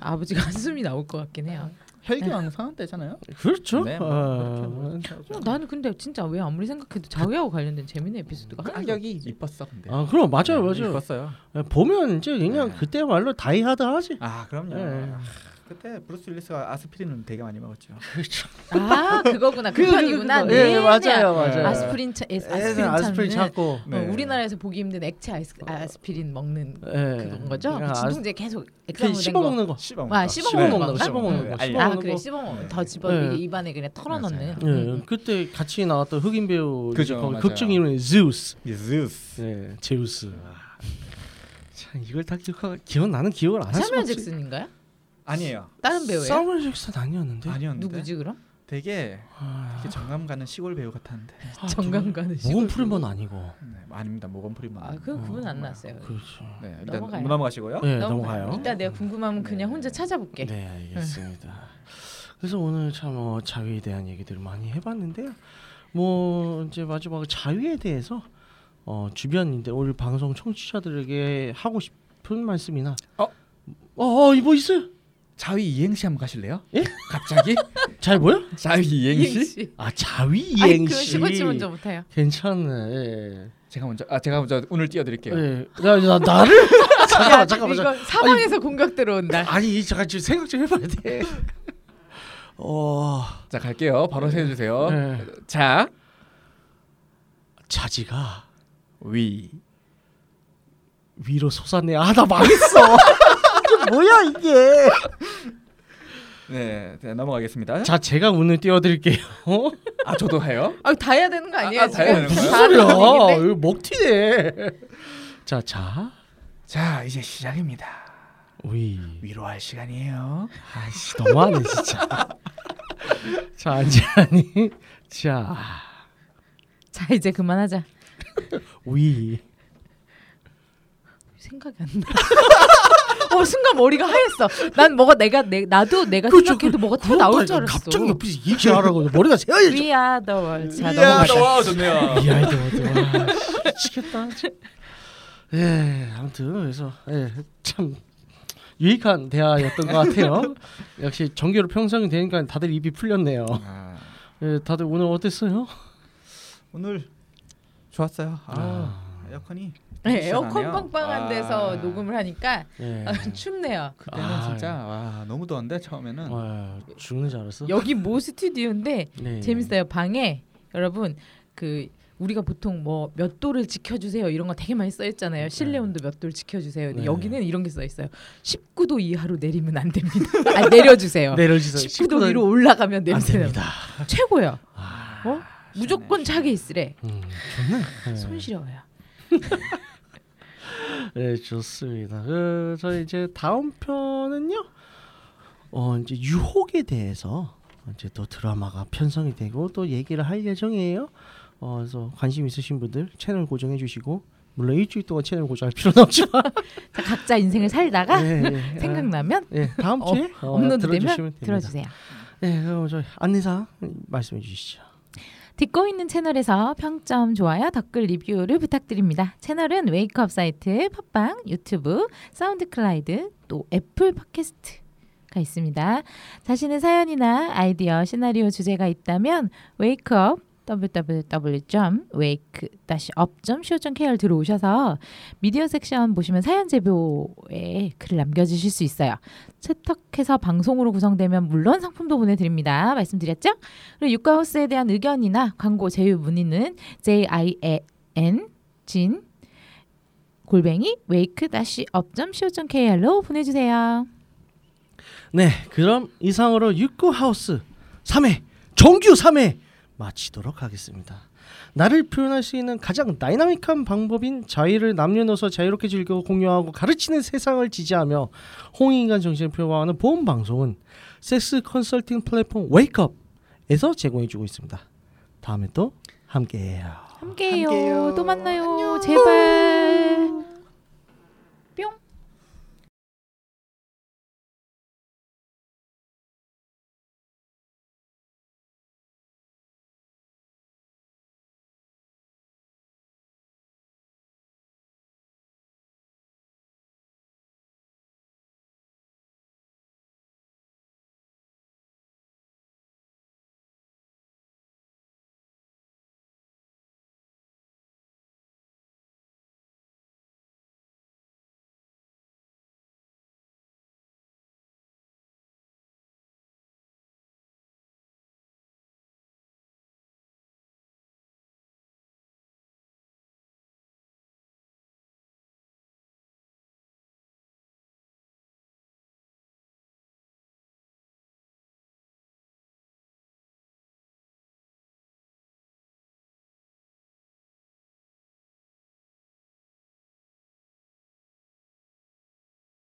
Speaker 6: 아,
Speaker 2: 아버지가 한숨이 나올 것 같긴 해요.
Speaker 4: 혈기왕 상한 때잖아요.
Speaker 5: 그렇죠.
Speaker 6: 네, 뭐
Speaker 5: 아,
Speaker 2: 어, 나는 근데 진짜 왜 아무리 생각해도 자위하고 관련된 재밌는 에피소드가
Speaker 6: 그
Speaker 2: 하나도
Speaker 6: 악역이 이뻤어 근데.
Speaker 5: 아 그럼
Speaker 6: 네,
Speaker 5: 맞아요 맞아요.
Speaker 6: 이뻤어요.
Speaker 5: 예, 보면 이제 그냥
Speaker 6: 네.
Speaker 5: 그때말로 다이하드 하지.
Speaker 6: 아 그럼요.
Speaker 5: 네.
Speaker 6: 아, 그때 브루스 윌리스가 아스피린을 되게 많이 먹었죠.
Speaker 2: 어,
Speaker 5: 그렇죠.
Speaker 2: 아 그거구나 그 편이구나
Speaker 5: 예, 예,
Speaker 2: 네,
Speaker 5: 맞아요
Speaker 2: 네.
Speaker 5: 맞아요.
Speaker 2: 아스피린 차 에, 아스피린
Speaker 5: 예, 아스피린 네.
Speaker 2: 차는
Speaker 5: 찾고.
Speaker 2: 어,
Speaker 6: 네.
Speaker 2: 우리나라에서 보기 힘든 액체 아이스, 아스피린 먹는
Speaker 5: 예.
Speaker 2: 그건 거죠?
Speaker 5: 그냥
Speaker 2: 그
Speaker 5: 아스-
Speaker 2: 진통제 계속 액상으로
Speaker 5: 그냥
Speaker 2: 된
Speaker 5: 씹어 먹는 거.
Speaker 6: 씹어
Speaker 2: 와, 아, 씹어먹는
Speaker 5: 거, 씹어먹는 거,
Speaker 6: 알약.
Speaker 5: 씹어먹는
Speaker 2: 아
Speaker 5: 거.
Speaker 2: 그래 씹어 먹으면 더 집어
Speaker 5: 네.
Speaker 2: 이게 입안에 그냥 털어넣는.
Speaker 5: 예,
Speaker 2: 음, 음.
Speaker 5: 그때 같이 나왔던 흑인 배우 이제
Speaker 6: 그죠,
Speaker 5: 거기
Speaker 6: 맞아요.
Speaker 5: 극중 이름이 제우스.
Speaker 6: 예스.
Speaker 5: 예, 제우스. 아, 참 이걸 다 기억 기억 나는 기억을 안할 수가
Speaker 2: 사무엘
Speaker 5: 없지.
Speaker 2: 잭슨인가요?
Speaker 6: 아니에요.
Speaker 2: 다른 배우예요?
Speaker 5: 사무엘 잭슨 아니었는데.
Speaker 6: 아니었는데.
Speaker 2: 네? 누구지 그럼?
Speaker 6: 되게
Speaker 5: 아,
Speaker 6: 되게 정감 가는 시골 배우 같았는데.
Speaker 2: 정감 가는 시.
Speaker 5: 모건 프리먼 아니고.
Speaker 6: 네, 아닙니다. 모건 프리먼.
Speaker 2: 아, 그 구분 안 났어요.
Speaker 5: 그렇죠.
Speaker 6: 네, 일단
Speaker 2: 넘어가요.
Speaker 6: 넘어가시고요.
Speaker 5: 네,
Speaker 2: 너무
Speaker 5: 넘어가요.
Speaker 2: 이따 내가 궁금하면 그냥 혼자 찾아볼게.
Speaker 5: 네, 알겠습니다. 그래서 오늘 참 어, 자위에 대한 얘기들을 많이 해봤는데요. 뭐 이제 마지막으로 자위에 대해서 어, 주변인데 오늘 방송 청취자들에게 하고 싶은 말씀이나
Speaker 6: 어?
Speaker 5: 어, 어 이거 있어요?
Speaker 6: 자위 이행시 한번 가실래요?
Speaker 5: 예?
Speaker 6: 갑자기?
Speaker 5: 잘 뭐요?
Speaker 6: 자위 이행시?
Speaker 5: 아 자위
Speaker 2: 아니 그건
Speaker 5: 이행시.
Speaker 2: 시골집 먼저 못해요.
Speaker 5: 괜찮네. 예.
Speaker 6: 제가 먼저 아 제가 먼저 오늘 띄워드릴게요.
Speaker 5: 예. 나, 나 나를 아, 잠깐만 잠깐만.
Speaker 2: 네. 아, 이거 사방에서 공격
Speaker 6: 네.
Speaker 2: 들어온다.
Speaker 5: 아니 잠깐 지금 생각 좀 해봐야 돼. 네. 어
Speaker 6: 자 갈게요. 바로 세워주세요.
Speaker 5: 예.
Speaker 6: 자
Speaker 5: 자지가
Speaker 6: 위.
Speaker 5: 위로 솟았네. 아 나 망했어. 이게 뭐야 이게.
Speaker 6: 네, 네 넘어가겠습니다.
Speaker 5: 자 제가 운을 띄워드릴게요.
Speaker 6: 아 저도 해요.
Speaker 2: 아, 다 해야 되는 거 아니에요?
Speaker 6: 아, 다 해야 되는
Speaker 2: 지금?
Speaker 5: 무슨
Speaker 6: 거예요?
Speaker 2: 다 하는
Speaker 5: 소리야?
Speaker 2: 얘기인데? 네.
Speaker 5: 이거 먹튀네. 자자
Speaker 6: 자 이제 시작입니다.
Speaker 5: 위.
Speaker 6: 위로할 시간이에요.
Speaker 5: 아씨 너무하네 진짜. 자 안지라니 자
Speaker 2: 자 이제 그만하자.
Speaker 5: 위.
Speaker 2: 생각이 안 나. 어 순간 머리가 하였어. 난 뭐가 내가 내 나도 내가 생각해도 뭐가 다 나올 줄 알았어.
Speaker 5: 그 갑자기 뭐 옆에서 얘기하라고 머리가 새하얘져.
Speaker 2: We are the world. 자
Speaker 6: 아, 이야,
Speaker 2: 넘어가자.
Speaker 6: 와 좋네요.
Speaker 5: 이 아이들 어디야? 미치겠다. 예, 아무튼 그래서 예, 참 유익한 대화였던 것 같아요. 역시 정규로 평성이 되니까 다들 입이 풀렸네요.
Speaker 6: 아,
Speaker 5: 예, 다들 오늘 어땠어요?
Speaker 6: 오늘 좋았어요. 아, 에어컨이
Speaker 2: 네, 에어컨
Speaker 6: 시원하네요.
Speaker 2: 빵빵한
Speaker 6: 와.
Speaker 2: 데서 녹음을 하니까
Speaker 5: 예.
Speaker 2: 아, 춥네요.
Speaker 6: 그때는
Speaker 5: 아,
Speaker 6: 진짜 와 너무 더운데 처음에는
Speaker 5: 와, 아, 죽는 줄 알았어.
Speaker 2: 여기 모 스튜디오인데
Speaker 5: 네.
Speaker 2: 재밌어요. 방에 여러분 그 우리가 보통 뭐 몇 도를 지켜주세요 이런 거 되게 많이 써 있잖아요. 실내 온도 몇 도를 지켜주세요. 근데
Speaker 5: 네.
Speaker 2: 여기는 이런 게 써 있어요. 19도 이하로 내리면 안 됩니다. 아 내려주세요.
Speaker 5: 내려주세요.
Speaker 2: 19도 위로 올라가면
Speaker 5: 네. 안
Speaker 2: 냄새나.
Speaker 5: 됩니다. 아,
Speaker 2: 최고야. 어? 무조건 차게 있으래.
Speaker 5: 음, 좋네. 예.
Speaker 2: 손시려워요.
Speaker 5: 네, 좋습니다. 그, 저희 이제 다음 편은요. 어, 이제 유혹에 대해서 이제 또 드라마가 편성이 되고 또 얘기를 할 예정이에요. 어, 그래서 관심 있으신 분들 채널 고정해 주시고 물론 일주일 동안 채널 고정할 필요는 없지만
Speaker 2: 자, 각자 인생을 살다가
Speaker 5: 예, 예.
Speaker 2: 생각나면
Speaker 5: 예, 다음
Speaker 2: 어,
Speaker 5: 주에 어,
Speaker 2: 업로드
Speaker 5: 들어주시면
Speaker 2: 되면
Speaker 5: 됩니다.
Speaker 2: 들어주세요.
Speaker 5: 예, 그럼 저희 안내사 말씀해 주시죠.
Speaker 2: 듣고 있는 채널에서 평점, 좋아요, 댓글 리뷰를 부탁드립니다. 채널은 웨이크업 사이트, 팟빵, 유튜브, 사운드클라이드, 또 애플 팟캐스트 가 있습니다. 자신의 사연이나 아이디어, 시나리오 주제가 있다면 웨이크업 www.wake-up.co.kr 들어오셔서 미디어 섹션 보시면 사연 제보에 글을 남겨주실 수 있어요. 채택해서 방송으로 구성되면 물론 상품도 보내드립니다. 말씀드렸죠? 그리고 유카호스에 대한 의견이나 광고 제휴 문의는 jin 진 골뱅이 wake-up.co.kr로 보내주세요.
Speaker 5: 네, 그럼 이상으로 육구 하우스 3회 정규 3회 마치도록 하겠습니다. 나를 표현할 수 있는 가장 다이나믹한 방법인 자의를 남녀노소 자유롭게 즐기고 공유하고 가르치는 세상을 지지하며 홍익인간 정신을 표방하는 보험 방송은 섹스 컨설팅 플랫폼 웨이크업에서 제공해주고 있습니다. 다음에 또 함께해요.
Speaker 2: 함께해요. 또 만나요. 제발.